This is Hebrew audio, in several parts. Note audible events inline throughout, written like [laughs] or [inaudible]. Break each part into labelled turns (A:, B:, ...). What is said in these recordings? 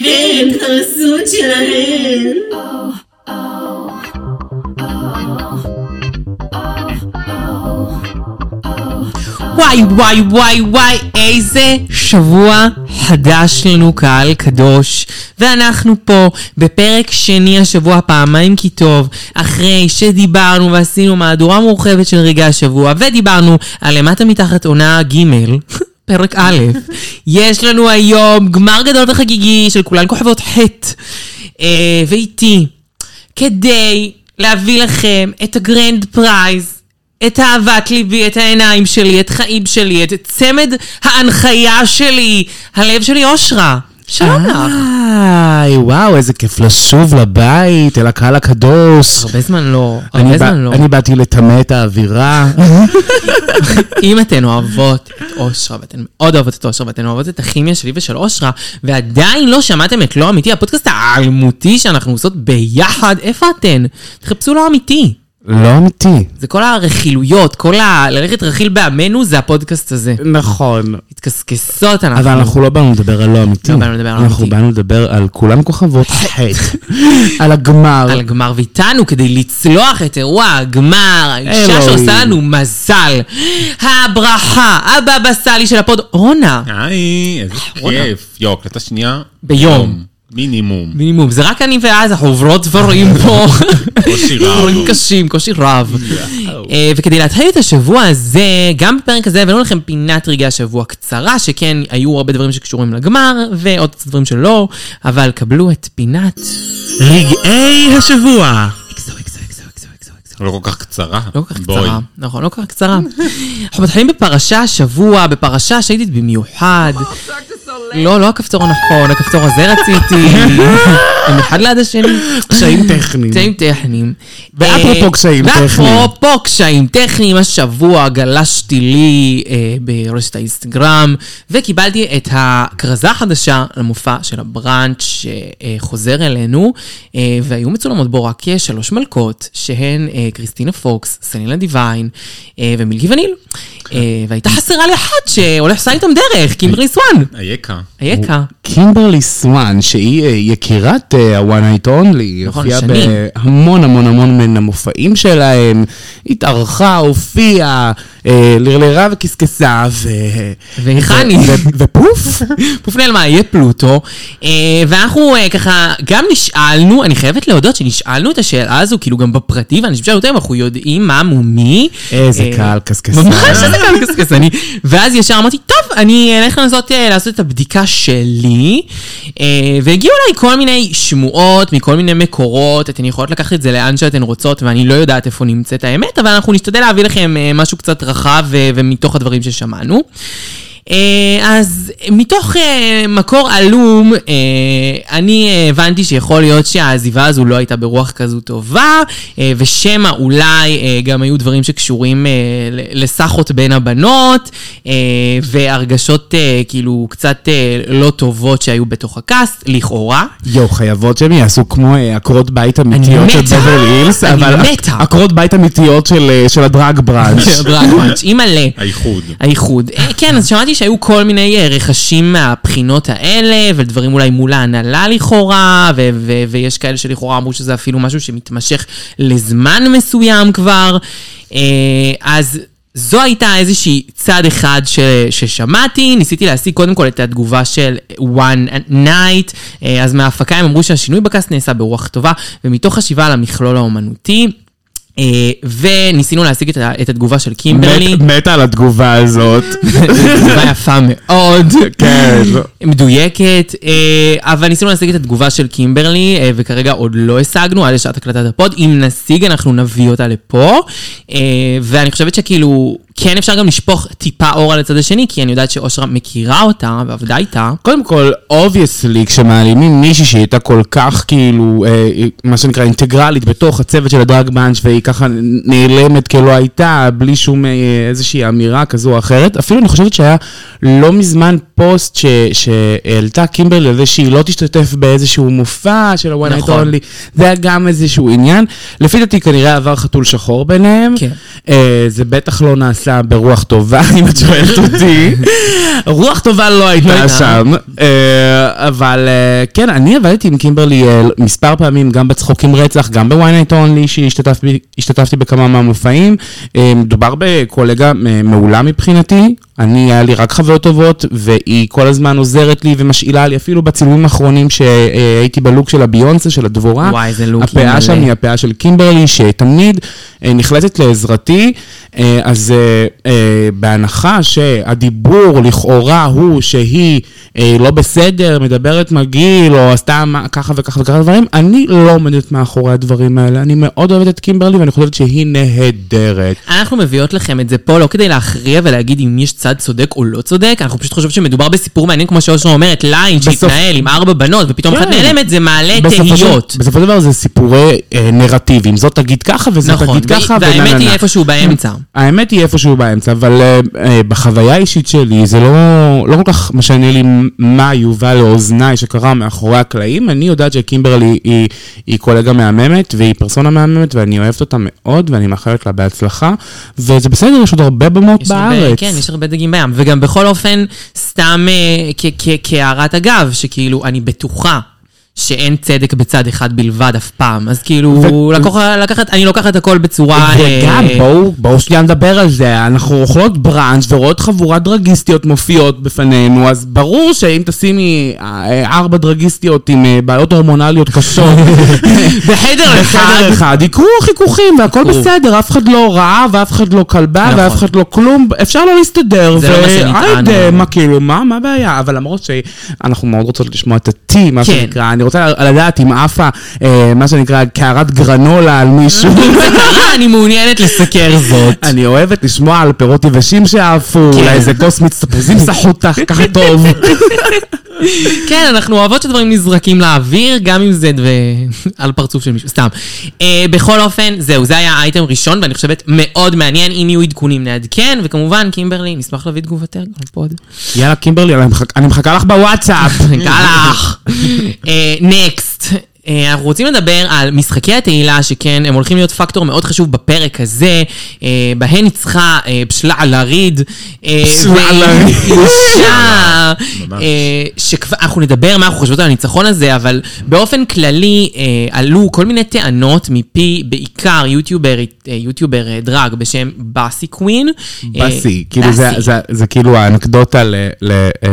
A: הם חסות שלהם.
B: וואי וואי וואי וואי, איזה שבוע חדש לנו קהל קדוש. ואנחנו פה בפרק שני השבוע פעמיים כי טוב, אחרי שדיברנו ועשינו מהדורה מורחבת של רגעי השבוע, ודיברנו על למטה מתחת עונה ג' [laughs] פרק א', יש לנו היום גמר גדול וחגיגי של כולן כוכבות ח', אה, ואיתי, כדי להביא לכם את הגרנד פרייז, את אהבת ליבי, את העיניים שלי, את חיים שלי, את צמד ההנחיה שלי, הלב שלי אושרה. שלום לך.
C: היי, וואו, איזה כיף לשוב לבית, אל הקהל הקדוש.
B: הרבה זמן לא,
C: אני
B: הרבה
C: בא-
B: זמן לא.
C: אני באתי לטמא את האווירה.
B: אם אתן אוהבות את אושרה, ואתן מאוד אוהבות את אושרה, ואתן אוהבות את הכימיה שלי ושל אושרה, ועדיין לא שמעתם את לא אמיתי, הפודקאסט האלמותי שאנחנו עושות ביחד, איפה אתן? תחפשו לא אמיתי.
C: לא אמיתי.
B: זה כל הרכילויות, כל ה... ללכת רכיל בעמנו זה הפודקאסט הזה.
C: נכון.
B: מתקסקסות אנחנו.
C: אבל אנחנו לא באנו לדבר על לא אמיתי.
B: לא באנו לדבר על לא
C: אנחנו
B: אמיתי.
C: באנו לדבר על
B: [laughs]
C: כולם כוכבות חטא. על הגמר.
B: על הגמר ואיתנו כדי לצלוח את אירוע הגמר, האישה
C: אלוהים.
B: שעושה לנו מזל. הברכה, הבבא סאלי של הפוד, רונה.
D: היי, איזה כיף. יו, הקלטה שנייה.
B: ביום. [laughs]
D: מינימום.
B: מינימום, זה רק אני ואז, אנחנו עוברות דברים פה.
D: קושי רב.
B: דברים קשים, קושי רב. אה, וכדי להתחיל את השבוע הזה, גם בפרק הזה הבאנו לכם פינת רגעי השבוע קצרה, שכן היו הרבה דברים שקשורים לגמר, ועוד קצת דברים שלא, אבל קבלו את פינת...
C: רגעי השבוע.
B: אקזו, אקזו, אקזו, אקזו, אקזו, אקזו.
D: לא כל כך קצרה.
B: לא כל כך
D: בואי.
B: קצרה, נכון, לא כל כך קצרה. אנחנו מתחילים בפרשה השבוע, בפרשה שהייתי במיוחד. לא, לא הכפתור הנכון, הכפתור הזה
C: [laughs]
B: רציתי. הם אחד ליד השני.
C: קשיים טכניים.
B: קשיים טכניים.
C: ואפרופו
B: אה,
C: קשיים
B: ואפרופו קשיים טכניים, השבוע גלשתי לי אה, ברשת האינסטגרם, וקיבלתי את הכרזה החדשה למופע של הבראנץ' שחוזר אלינו, אה, והיו מצולמות בו רק אה, שלוש מלכות, שהן אה, קריסטינה פוקס, סלינה דיווין אה, ומילקי וניל. אה, והייתה חסרה לי אחת שהולך עושה איתם דרך, קימברי סואן.
D: אייכה.
B: אייכה.
C: קימברלי סואן, שהיא אה, יקירת אה, ה-One Night Only, היא
B: נכון,
C: הופיעה
B: שנים.
C: בהמון המון המון מן המופעים שלהם, התארכה, הופיעה, אה, לרלרה וקסקסה, ו...
B: והיכני.
C: ו- ו-
B: [laughs]
C: ופוף.
B: פוף נעלמה, יהיה פלוטו. אה, ואנחנו אה, ככה גם נשאלנו, אני חייבת להודות שנשאלנו את השאלה הזו, כאילו גם בפרטי, ואנשים שאלו אותם, אנחנו יודעים מה מומי.
C: איזה
B: אה,
C: קהל קסקסה.
B: ממש איזה קהל קסקסני. ואז ישר אמרתי, טוב, אני אלך לנסות אה, לעשות את הבדיקה שלי. אה, והגיעו אליי כל מיני שמועות מכל מיני מקורות, אתן יכולות לקחת את זה לאן שאתן רוצות, ואני לא יודעת איפה נמצאת האמת, אבל אנחנו נשתדל להביא לכם אה, משהו קצת רחב אה, ומתוך הדברים ששמענו. אה, אז מתוך אה, מקור עלום, אה, אני אה, הבנתי שיכול להיות שהעזיבה הזו לא הייתה ברוח כזו טובה, אה, ושמא אולי אה, גם היו דברים שקשורים אה, ל- לסחוט בין הבנות, אה, והרגשות אה, כאילו קצת אה, לא טובות שהיו בתוך הקאסט, לכאורה. [laughs]
C: יואו, חייבות שהם יעשו כמו אה, עקרות בית אמיתיות של
B: מתה.
C: בברלי הילס,
B: אני
C: אבל
B: מתה.
C: עקרות בית אמיתיות של, אה, של הדרג
B: [laughs]
C: בראנץ'.
B: דרגמאץ', אימא'לה.
D: האיחוד.
B: האיחוד. אה, כן, אז שמעתי שהיו כל מיני אה, רכשים מהבחינות האלה, ודברים אולי מול ההנהלה לכאורה, ו- ו- ויש כאלה שלכאורה אמרו שזה אפילו משהו שמתמשך לזמן מסוים כבר. אה, אז... זו הייתה איזושהי צד אחד ש, ששמעתי, ניסיתי להשיג קודם כל את התגובה של one night, אה, אז מההפקה הם אמרו שהשינוי בקאסט נעשה ברוח טובה, ומתוך חשיבה על המכלול האומנותי, אה, וניסינו להשיג את, ה- את התגובה של קימברלי.
C: מת- מתה על התגובה הזאת.
B: תגובה יפה מאוד,
C: כן.
B: מדויקת, אה, אבל ניסינו להשיג את התגובה של קימברלי, אה, וכרגע עוד לא השגנו עד לשעת הקלטת הפוד. אם נשיג, אנחנו נביא אותה לפה. אה, ואני חושבת שכאילו, כן אפשר גם לשפוך טיפה אור על הצד השני, כי אני יודעת שאושרה מכירה אותה ועבדה איתה.
C: קודם כל, אובייסלי, כשמעלימים מישהי שהייתה כל כך כאילו, אה, מה שנקרא אינטגרלית בתוך הצוות של הדרג בנץ' והיא ככה נעלמת כלא הייתה, בלי שום אה, איזושהי אמירה כזו או אחרת, אפילו אני חושבת שהיה לא מזמן פוסט ש, שהעלתה קימברלי על זה שהיא לא תשתתף באיזשהו מופע של ה-one night
B: נכון.
C: only, זה היה גם איזשהו עניין. לפי דעתי כנראה עבר חתול שחור ביניהם.
B: כן.
C: אה, זה בטח לא נעשה יצא ברוח טובה, [laughs] אם את שואלת אותי. רוח טובה לא
B: לא הייתה.
C: הייתה שם. אה, אבל אה, כן, אני עבדתי עם קימברלי אה, מספר פעמים, גם בצחוקים רצח, גם בוויינט אונלי, שהשתתפתי בכמה מהמופעים. אה, מדובר בקולגה אה, מעולה מבחינתי. אני, היה לי רק חוויות טובות, והיא כל הזמן עוזרת לי ומשאילה לי, אפילו בצילומים האחרונים שהייתי בלוק של הביונסה, של הדבורה.
B: וואי, זה לוק לא מלא.
C: אה, הפאה שם היא היא הפאה של קימברלי, שתמיד אה, נחלטת לעזרתי. אה, אז אה, אה, בהנחה שהדיבור לכאורה הוא שהיא אה, לא בסדר, מדברת מגעיל, או עשתה מה- ככה וככה וככה דברים, אני לא עומדת מאחורי הדברים האלה. אני מאוד אוהבת את קימברלי, ואני חושבת שהיא נהדרת.
B: אנחנו מביאות לכם את זה פה לא כדי להכריע ולהגיד אם יש צד צודק או לא צודק, אנחנו פשוט חושבים שמדובר בסיפור מעניין, כמו שאושרה אומרת, ליין
C: בסוף-
B: שהתנהל עם ארבע בנות, ופתאום אחת
C: כן.
B: נעלמת, זה מעלה
C: בסופו של-
B: תהיות.
C: בסופו של דבר זה סיפורי אה, נרטיבים. זאת תגיד ככה וזאת
B: נכון,
C: תגיד ככה.
B: והאמת
C: ונה, נה,
B: היא
C: נה.
B: איפשהו באמצע.
C: האמת היא איפשהו באמצע, אבל אה, אה, בחוויה האישית שלי זה לא, לא כל כך משנה לי מה יובא לאוזניי שקרה מאחורי הקלעים. אני יודעת שקימברלי היא, היא קולגה מהממת והיא פרסונה מהממת ואני אוהבת אותה מאוד ואני מאחלת לה בהצלחה. וזה בסדר, יש עוד הרבה במות
B: יש
C: בארץ.
B: הרבה, כן, יש הרבה דגים בים. וגם בכל אופן, סתם אה, כ- כ- כהערת אגב, שכאילו, אני בטוחה שאין צדק בצד אחד בלבד אף פעם. אז כאילו,
C: ו-
B: לקוח- לקחת, אני לוקחת הכל בצורה... אה,
C: וגם, בואו, בואו שנייה נדבר על זה, אנחנו אוכלות בראנץ' ורואות חבורת דרגיסטיות מופיעות בפנינו, אז ברור שאם תשימי אה, ארבע דרגיסטיות עם אה, בעיות הורמונליות
B: [laughs]
C: קשות,
B: [laughs] בחדר
C: אחד
B: אחד.
C: אחד, יקרו חיכוכים והכל
B: יקרו.
C: בסדר, אף אחד לא רעה ואף אחד לא כלבה
B: נכון.
C: ואף אחד לא כלום, אפשר לא להסתדר.
B: זה לא מה שנטען.
C: והיידה, מה כאילו, מה מה הבעיה? אבל למרות שאנחנו מאוד רוצות לשמוע את ה-T, מה
B: כן.
C: שנקרא, אני רוצה לדעת אם עפה, אה, מה שנקרא, קערת גרנולה על מישהו.
B: אה, אני מעוניינת לסקר [laughs] זאת.
C: אני אוהבת לשמוע על פירות יבשים שעפו, אולי איזה
B: [laughs]
C: כוס מצטפזים סחוטה, ככה טוב.
B: כן, אנחנו אוהבות שדברים נזרקים לאוויר, גם אם זה ו- [laughs] על פרצוף של מישהו, סתם. אה, בכל אופן, זהו, זה היה האייטם ראשון, ואני חושבת מאוד מעניין. אם יהיו עדכונים נעדכן, וכמובן, קימברלי, נשמח להביא את תגובתך גם לפוד.
C: [laughs] יאללה, קימברלי, אני מחכה- אני מחכה לך
B: [laughs]
C: בוואטסאפ.
B: כן. גלח. נקסט. אה, אנחנו רוצים לדבר על משחקי התהילה, שכן הם הולכים להיות פקטור מאוד חשוב בפרק הזה, אה, בהן ניצחה אה, בשלה לריד. אה,
C: בשלה
B: והיא
C: לריד.
B: אישה,
D: ממש.
B: אה, שכבר, אנחנו נדבר מה אנחנו חושבות על הניצחון הזה, אבל באופן כללי אה, עלו כל מיני טענות מפי בעיקר יוטיוברית, אה, יוטיובר אה, דרג בשם באסי קווין. אה,
C: בסי, כאילו זה-
B: באסי.
C: זה- זה כאילו האנקדוטה ל... ל- אה,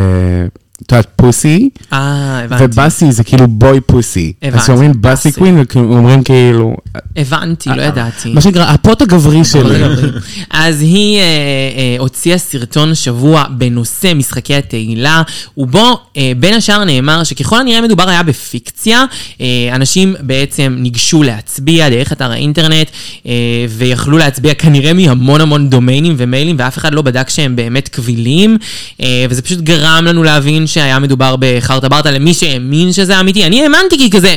C: את יודעת, פוסי,
B: אה, הבנתי.
C: ובאסי זה כאילו בוי פוסי.
B: הבנתי,
C: אז כשאומרים באסי
B: באסי.
C: קווין, וכאילו- אומרים כאילו,
B: הבנתי, לא ידעתי.
C: אה, מה שנקרא, הפוט הגברי שלי.
B: אז היא אה, אה, הוציאה סרטון השבוע בנושא משחקי התהילה, ובו אה, בין השאר נאמר שככל הנראה מדובר היה בפיקציה, אה, אנשים בעצם ניגשו להצביע דרך אתר האינטרנט, אה, ויכלו להצביע כנראה מהמון המון דומיינים ומיילים, ואף אחד לא בדק שהם באמת קבילים, אה, וזה פשוט גרם לנו להבין שהיה מדובר בחרטה ברטה למי שהאמין שזה אמיתי. אני האמנתי כי כזה...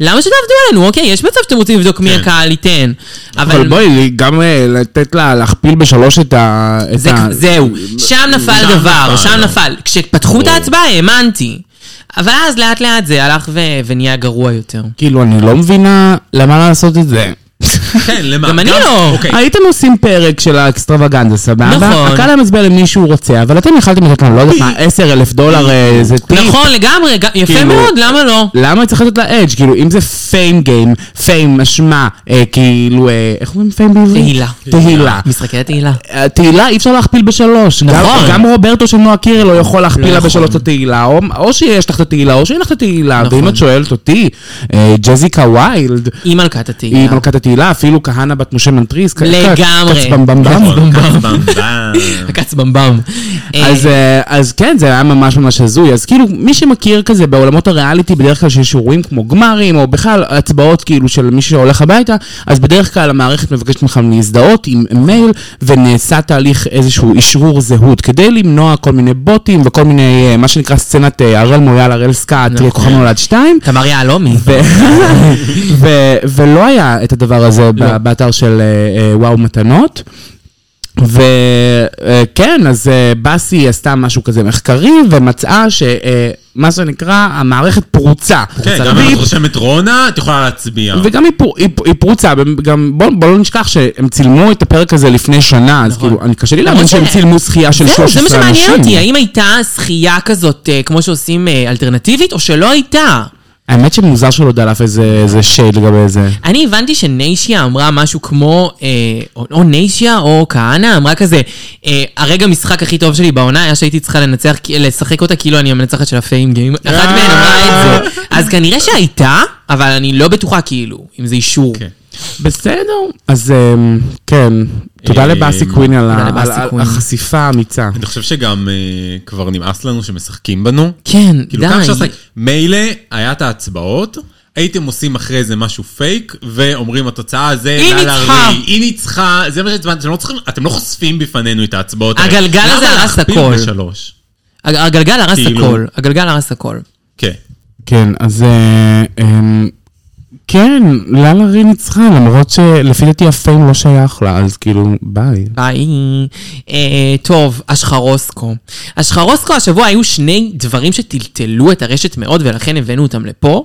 B: למה שתעבדו עלינו? אוקיי, יש מצב שאתם רוצים לבדוק מי
D: כן.
B: הקהל ייתן.
C: אבל בואי, גם אה, לתת לה להכפיל בשלוש את ה... את
B: זה,
C: ה-
B: זהו,
C: אה,
B: שם נפל
D: שם
B: דבר,
D: נפל.
B: שם נפל. כשפתחו את
D: ברור.
B: ההצבעה האמנתי. אבל אז לאט לאט זה הלך ו... ונהיה גרוע יותר.
C: כאילו, אני לא מבינה למה לעשות את זה.
D: כן, למה?
B: גם אני לא.
D: אוקיי.
C: הייתם עושים פרק של האקסטרווגנדה, סבבה?
B: נכון.
C: הקהל היה מצביע למי שהוא רוצה, אבל אתם יכלתם לתת לנו, לא יודעת מה, 10 אלף דולר אה, זה טיפ.
B: נכון, לגמרי, ג- יפה
C: כאילו-
B: מאוד, למה לא?
C: למה צריך לתת לה אדג'? כאילו, אם זה פיים גיים, פיים, אשמה, אה, כאילו, אה, איך אומרים פיים בעברית?
B: תהילה.
C: תהילה.
B: משחקי התהילה.
C: אה, תהילה אי אפשר להכפיל בשלוש. גם-
B: נכון.
C: גם רוברטו של נועה קירל לא יכול
B: לא
C: להכפיל לה
B: יכול.
C: בשלוש את התהילה, או- או שיש לך את התהילה, או שאין לך את התהילה.
B: נכון.
C: ואם את שואלת אותי, אה, ג'זיקה ויילד,
B: היא מלכת התהילה.
C: היא מלכת התהילה, אפילו כהנא בת משה מנטריס. כ-
B: אה. לגמרי.
C: קצבמבמבם.
D: נכון, כץ במבם.
B: [laughs] הקץ במבם.
C: אז,
B: אה,
C: אה, אז כן, זה היה ממש ממש הזוי. אז כאילו, מי שמכיר כזה בעולמות הריאליטי, בדרך כלל שיש אירועים כמו גמרים, או בכלל הצבעות כאילו של מי שהולך הביתה, אז בדרך כלל המערכת מבקשת מכם להזדהות עם מייל, ונעשה תהליך איזשהו אשרור זהות, כדי למנוע כל מיני בוטים וכל מיני, אה, מה שנקרא סצנת אה, הראל מויאל, הראל סקאט,
B: נכון.
C: כוכב נולד 2.
B: תמר יהלומי. [laughs] לא.
C: ו- ולא היה את הדבר הזה ב- באתר של אה, אה, וואו אה, מתנות. וכן, אז אה, באסי עשתה משהו כזה מחקרי, ומצאה ש... אה, מה שנקרא, המערכת פרוצה.
D: כן, גם אם את רושמת רונה, את יכולה להצביע.
C: וגם היא, פור, היא, היא פרוצה, גם בואו בוא לא נשכח שהם צילמו את הפרק הזה לפני שנה, אז
B: נכון.
C: כאילו, אני קשה לי
B: למרות
C: להאמין שהם
B: ש-
C: צילמו זכייה של 13
B: זהו, זה
C: אנשים.
B: מה שמעניין אותי, האם הייתה זכייה כזאת, אה, כמו שעושים אה, אלטרנטיבית, או שלא הייתה?
C: האמת שמוזר שלא דלף איזה, איזה שייד לגבי זה.
B: אני הבנתי שניישיה אמרה משהו כמו, אה, או, או ניישיה או כהנא, אמרה כזה, אה, הרגע משחק הכי טוב שלי בעונה היה שהייתי צריכה לנצח, לשחק אותה כאילו אני המנצחת של הפיים גיים. אחת מהן אמרה את
D: [laughs]
B: זה. אז כנראה שהייתה, אבל אני לא בטוחה כאילו, אם זה אישור.
D: כן.
C: בסדר. אז אמ, כן, תודה
D: אמ,
C: לבאסי קווין על,
B: אה, תודה
C: ה- על,
B: לבאסי
C: על
B: קווין.
C: החשיפה האמיצה.
D: אני חושב שגם אה, כבר נמאס לנו שמשחקים בנו.
B: כן,
D: כאילו, כמה אפשר
B: די.
D: לשחק? מילא, היה את ההצבעות, הייתם עושים אחרי זה משהו פייק, ואומרים התוצאה זה
B: היא
D: לה, לה,
B: ניצחה."
D: רי, היא ניצחה, זה מה שהצבעתם, אתם לא צריכים, אתם לא חושפים בפנינו את ההצבעות האלה.
B: הגלגל הזה
D: למה
B: הרס
D: להכפיל
B: הכל.
D: בשלוש?
B: הג- הגלגל הרס
D: כאילו-
B: הכל, הגלגל הרס הכל.
D: כן.
C: כן, אז... אה, אמ, כן, לאלה רי ניצחה, למרות שלפי דעתי הפיים לא שייך לה, אז כאילו, ביי.
B: ביי. אה, טוב, אשחרוסקו. אשחרוסקו השבוע היו שני דברים שטלטלו את הרשת מאוד, ולכן הבאנו אותם לפה.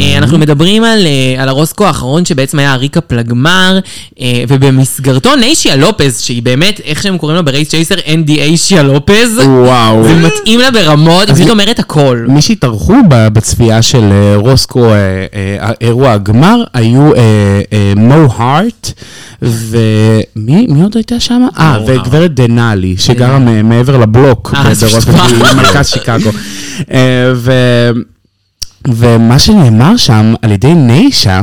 B: אה, אנחנו מדברים על, אה, על הרוסקו האחרון, שבעצם היה הריקאפ לגמר, אה, ובמסגרתו ניישיה לופז, שהיא באמת, איך שהם קוראים לה ברייס צ'ייסר, NDA שיה לופז,
C: וואו.
B: זה מתאים לה ברמות, היא פשוט אומרת הכל.
C: מי שהתארחו ב- בצפייה של אה, רוסקו, אה, אה, אירוע הגמר, היו אה, אה, מו הארט, ומי מי עוד הייתה שם? אה,
D: מו
C: וגברת דנאלי, שגרה מ- מעבר לבלוק,
B: אה, זה
C: בדרום,
B: פשוט- [laughs] לא.
C: היא מלכת שיקגו. אה, ו- ומה שנאמר שם על ידי ניישה,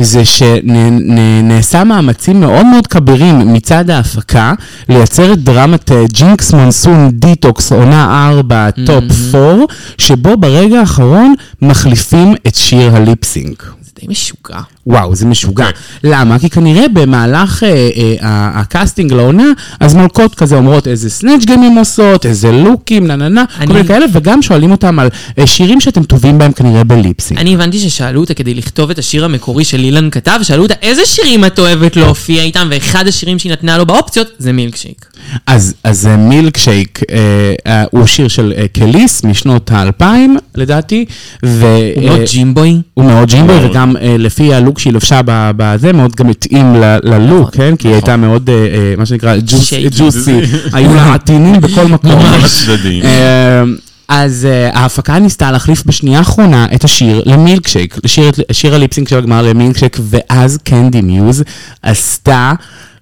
C: זה שנעשה מאמצים מאוד מאוד כבירים מצד ההפקה לייצר את דרמת אה, ג'ינקס מונסון דיטוקס, עונה 4,
B: Mm-hmm.
C: טופ 4, שבו ברגע האחרון מחליפים את שיר הליפסינק.
B: זה די משוגע.
C: וואו, זה משוגע.
D: כן.
C: למה? כי כנראה במהלך אה, אה, ה- הקאסטינג לעונה, אז מלכות כזה אומרות איזה סנאצ' גיים הן עושות, איזה לוקים, נה נה נה, כל
B: אני-
C: מיני כאלה, וגם שואלים אותם על אה, שירים שאתם טובים בהם כנראה בליפסינג.
B: אני הבנתי ששאלו אותה כדי לכתוב את השיר המקורי של אילן כתב, שאלו אותה איזה שירים את אוהבת להופיע איתם, ואחד השירים שהיא נתנה לו באופציות זה מילקשייק.
C: אז, אז אה, מילקשייק אה, אה, הוא שיר של אה, קליס משנות האלפיים, לדעתי, ו...
B: הוא לא
C: אה,
B: ג'ימבוי?
C: הוא מאוד ג'ימבוי,
D: מאוד.
C: וגם אה, לפי הלוק שהיא לבשה ב- בזה, מאוד גם התאים ל-
B: נכון.
C: ללוק, כן? כי היא הייתה מאוד, אה, אה, מה שנקרא, ג'וס-
B: שייק.
C: ג'וסי. היו לה עטינים בכל מקום.
D: כל הצדדים.
C: אה, אז אה, ההפקה ניסתה להחליף בשנייה האחרונה את השיר למילקשייק, לשיר- שיר הליפסינג של הגמר למילקשייק, ואז קנדי מיוז עשתה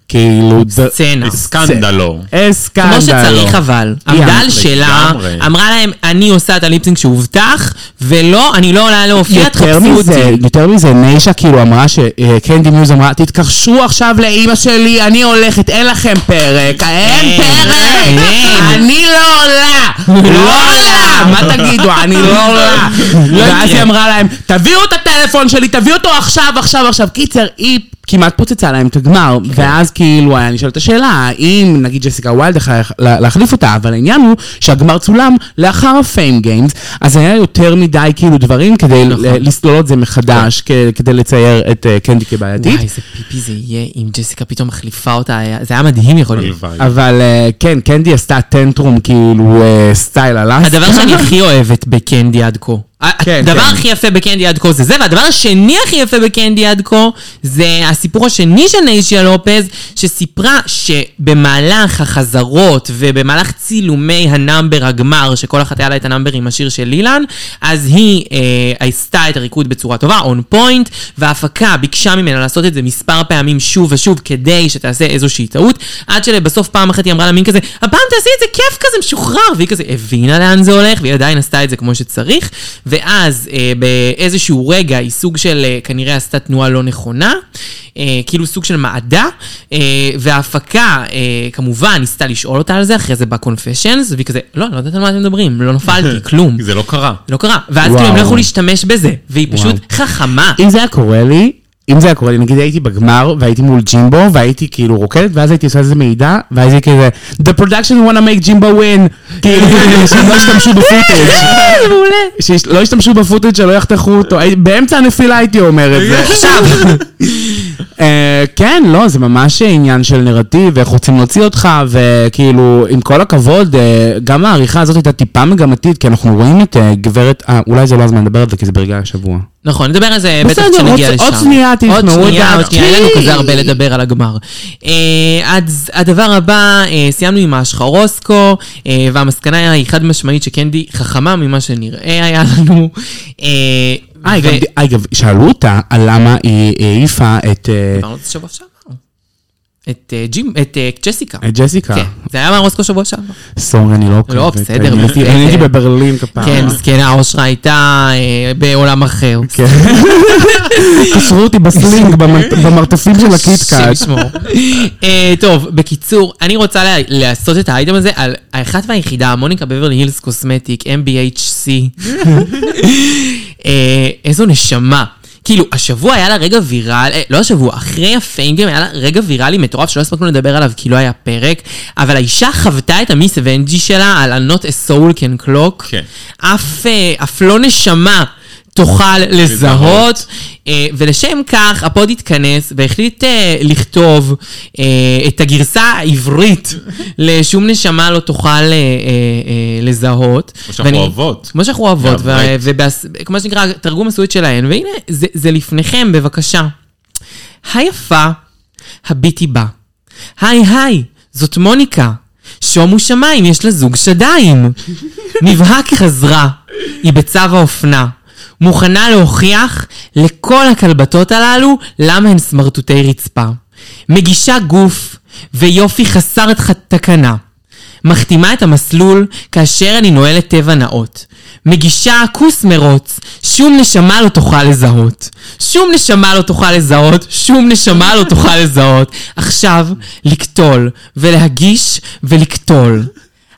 C: כאילו... ד-
B: סצנה.
D: סקנדלו.
C: אסקנדלו.
B: כמו שצריך
C: לא.
B: אבל.
C: אה,
B: עמדה על שלה,
D: לגמרי.
B: אמרה להם, אני עושה את הליפסינג שהובטח, ולא, אני לא עולה להופיע,
C: יותר
B: תחפשו
C: מזה,
B: אותי.
C: יותר מזה, ניישה כאילו אמרה שקנדי מיוז אמרה, תתקשרו עכשיו לאימא שלי, אני הולכת, אין לכם פרק, אין
B: אין,
C: פרק,
B: אין.
C: אני לא עולה, לא עולה, מה תגידו, אני לא עולה. ואז היא
B: יקרה.
C: אמרה להם, תביאו את הטלפון שלי, תביאו אותו עכשיו, עכשיו, עכשיו. קיצר, היא... כמעט פוצצה להם את הגמר,
B: כן.
C: ואז כאילו היה נשאלת השאלה, האם נגיד ג'סיקה ווילד יכלה לה- להחליף אותה, אבל העניין הוא שהגמר צולם לאחר הפיים גיימס, אז היה יותר מדי כאילו דברים כדי
B: נכון.
C: ל- לסלול את זה מחדש, כ- כדי לצייר את אה, קנדי כבעייתית.
B: כן. וואי, איזה פיפי זה יהיה אם ג'סיקה פתאום מחליפה אותה, היה- זה היה מדהים יכול להיות.
D: הלוואי.
C: אבל אה, כן, קנדי עשתה טנטרום כאילו אה, סטייל אלאסקה.
B: הדבר
C: [laughs]
B: שאני הכי אוהבת בקנדי עד כה.
C: כן,
B: הדבר
C: כן.
B: הכי יפה בקנדי עד כה זה זה, והדבר השני הכי יפה בקנדי עד כה זה הסיפור השני של ניישיה לופז, שסיפרה שבמהלך החזרות ובמהלך צילומי הנאמבר הגמר, שכל אחת היה לה את הנאמבר עם השיר של אילן, אז היא אה, עשתה את הריקוד בצורה טובה, און פוינט, וההפקה ביקשה ממנה לעשות את זה מספר פעמים שוב ושוב, כדי שתעשה איזושהי טעות, עד שבסוף פעם אחת היא אמרה לה מין כזה, הפעם תעשי את זה כיף כזה משוחרר, והיא כזה הבינה לאן זה הולך, והיא עדיין עשתה את זה כמו שצריך, ואז אה, באיזשהו רגע היא סוג של, אה, כנראה עשתה תנועה לא נכונה, אה, כאילו סוג של מעדה, אה, וההפקה אה, כמובן ניסתה לשאול אותה על זה, אחרי זה בקונפשיונס, והיא כזה, לא, אני לא יודעת על מה אתם מדברים, לא נפלתי, כלום.
D: זה לא קרה.
B: זה לא קרה, ואז
C: וואו.
B: כאילו הם לא יכלו להשתמש בזה, והיא פשוט חכמה. [laughs]
C: אם זה היה קורה לי, אם זה היה קורה לי, נגיד הייתי בגמר והייתי מול ג'ימבו והייתי כאילו רוקדת ואז הייתי עושה איזה מידע ואז הייתי כזה The production want to make ג'ימבו win כאילו [laughs] שלא השתמשו בפוטאג' לא
B: זה מעולה.
C: שלא השתמשו בפוטאג' שלא יחתכו אותו הי- באמצע הנפילה הייתי אומר את זה
B: עכשיו,
C: אה, כן, לא, זה ממש עניין של נרטיב, ואיך רוצים להוציא אותך, וכאילו, עם כל הכבוד, אה, גם העריכה הזאת הייתה טיפה מגמתית, כי אנחנו רואים את אה, גברת, אה, אולי זה לא הזמן לדבר על זה, כי זה ברגע השבוע.
B: נכון, נדבר על זה בטח
C: בסדר,
B: כשנגיע
C: עוד-
B: לשם.
C: עוד שנייה תשמעו
B: עוד
C: את
B: שנייה, עוד
C: דעתי.
B: שנייה, אין לנו כזה הרבה לדבר על הגמר. אה, אז הדבר הבא, אה, סיימנו עם האשחרוסקו, אה, והמסקנה היא חד משמעית שקנדי חכמה ממה שנראה היה לנו. אה,
C: אה, היא
B: ו-
C: גם ד- אה, אגב, שאלו אותה על למה היא העיפה את אה,
B: דיברנו על זה שבוע שעבר. את אה, ג'ים, את אה, ג'סיקה.
C: את ג'סיקה.
B: כן, זה היה מהרוסקו שבוע שעבר.
C: סורי, אני לא עוקבת.
B: לא, בסדר,
C: אני הייתי-
B: בסדר.
C: אני הייתי בברלין כפעם.
B: כן, מסכנה, האושרה הייתה אה, בעולם אחר.
C: כן. קשרו אותי
B: [laughs]
C: בסלינג, במרט- במרתפים של
B: השם
C: הקיטקאט.
B: ישמור. אה, טוב, בקיצור, אני רוצה לה- לעשות את האייטם הזה על האחת והיחידה, מוניקה בברלי הילס קוסמטיק, MBHC. אה, איזו נשמה. כאילו, השבוע היה לה רגע ויראל, אה, לא השבוע, אחרי הפיינגרים היה לה רגע ויראלי מטורף שלא הספקנו לדבר עליו כי לא היה פרק, אבל האישה חוותה את המיס ונג'י שלה על ה-Not a Soul Can Clock.
D: כן.
B: אף, אה, אף לא נשמה תוכל לזהות.
D: לזהות.
B: אה, ולשם כך הפוד התכנס והחליט אה, לכתוב אה, את הגרסה
D: [laughs]
B: העברית לשום נשמה לא תוכל אה, אה, אה, לזהות.
D: כמו שאנחנו
B: ואני-
D: אוהבות.
B: כמו שאנחנו אוהבות, ו-
D: בעברית.
B: ובהס- כמו שנקרא, תרגום מסויט שלהן, והנה, זה, זה לפניכם, בבקשה. היפה, הביטי בה. היי היי, זאת מוניקה. שומו שמיים, יש לה זוג שדיים. נבהק חזרה, היא בצו האופנה. מוכנה להוכיח לכל הכלבתות הללו למה הן סמרטוטי רצפה. מגישה גוף ויופי חסר תח- תקנה. מחתימה את המסלול כאשר אני נועלת טבע נאות. מגישה כוס מרוץ, שום נשמה לא תוכל לזהות. שום נשמה לא תוכל לזהות, שום נשמה לא תוכל לזהות. עכשיו, לקטול, ולהגיש, ולקטול.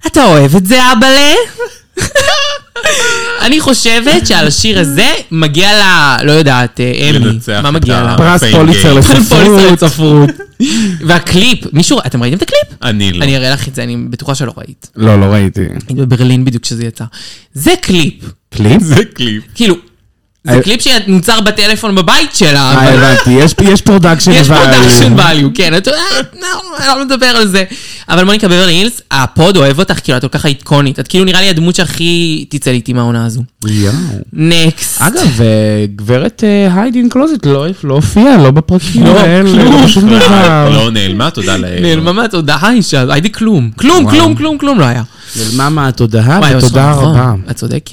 B: אתה אוהב את זה, אבאלה? אני חושבת שעל השיר הזה מגיע לה, לא יודעת, אה, אמי.
D: לנצח
B: מה
D: את
B: מגיע לה?
D: ה-
C: פרס
D: פיינגר.
C: פוליצר
B: פוליצר
C: לספרות.
B: לצפרות. והקליפ, מישהו, אתם ראיתם את הקליפ?
D: אני לא.
B: אני אראה לך את זה, אני בטוחה שלא ראית.
C: לא, לא ראיתי.
B: הייתי בברלין בדיוק כשזה יצא. זה קליפ,
C: קליפ?
D: זה קליפ.
B: כאילו, זה
C: אה,
B: קליפ שנוצר בטלפון בבית שלה,
C: אה,
B: אבל
C: הבנתי, יש- יש פרודקשן.
B: יש פה
C: value.
B: דאקשן value, כן, אתה יודע, לא, לא נדבר על זה. אבל מוניקה בברלי הילס, הפוד אוהב אותך, כאילו, את כל כך איקונית, את כאילו נראה לי הדמות שהכי תצא איתי מהעונה הזו.
C: יואו.
B: נקסט.
C: אגב, אה, גברת אה, היידין קלוזט לא לא הופיעה, לא בפרקים
B: לא,
C: האלה,
B: כלום.
C: לא בשום דבר.
D: לא נעלמה, תודה לאל.
B: נעלמה מהתודעה האישה, הזו, הייתי כלום. כלום,
C: אה, וואו.
B: כלום, כלום, כלום לא היה.
C: נעלמה מהתודעה,
B: וואי,
C: ותודה
B: נכון,
C: רבה.
B: את צודקת.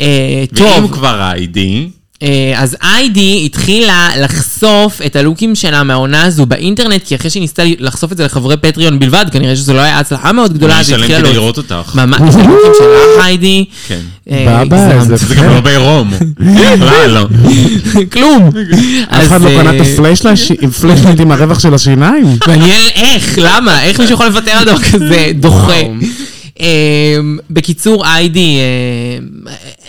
B: אה,
D: ואם
B: טוב,
D: כבר היידי,
B: אה, אז איידי התחילה לחשוף את הלוקים שלה מהעונה הזו באינטרנט, כי אחרי שהיא ניסתה לחשוף את זה לחברי פטריון בלבד, כנראה שזו לא הייתה הצלחה מאוד גדולה,
D: אני
B: אז היא
D: אשלם
B: התחילה
D: כדי
B: להוציא-
D: לראות אותך.
B: ממש, יש לנו חוקים שלך, היידי.
D: כן.
B: אה,
C: בבא,
B: הגזמת.
C: איזה-
D: זה גם לא
B: [laughs]
D: בעירום. בכלל לא.
B: כלום.
C: אף אחד
B: אז,
C: לא קנה את
B: אה,
C: הפלאש להש- עם פלאשלייט עם הרווח של השיניים.
B: מעניין איך, למה? איך מישהו יכול לוותר על דבר כזה דוחה?
C: וואו.
B: אמ, בקיצור, איידי, אמ,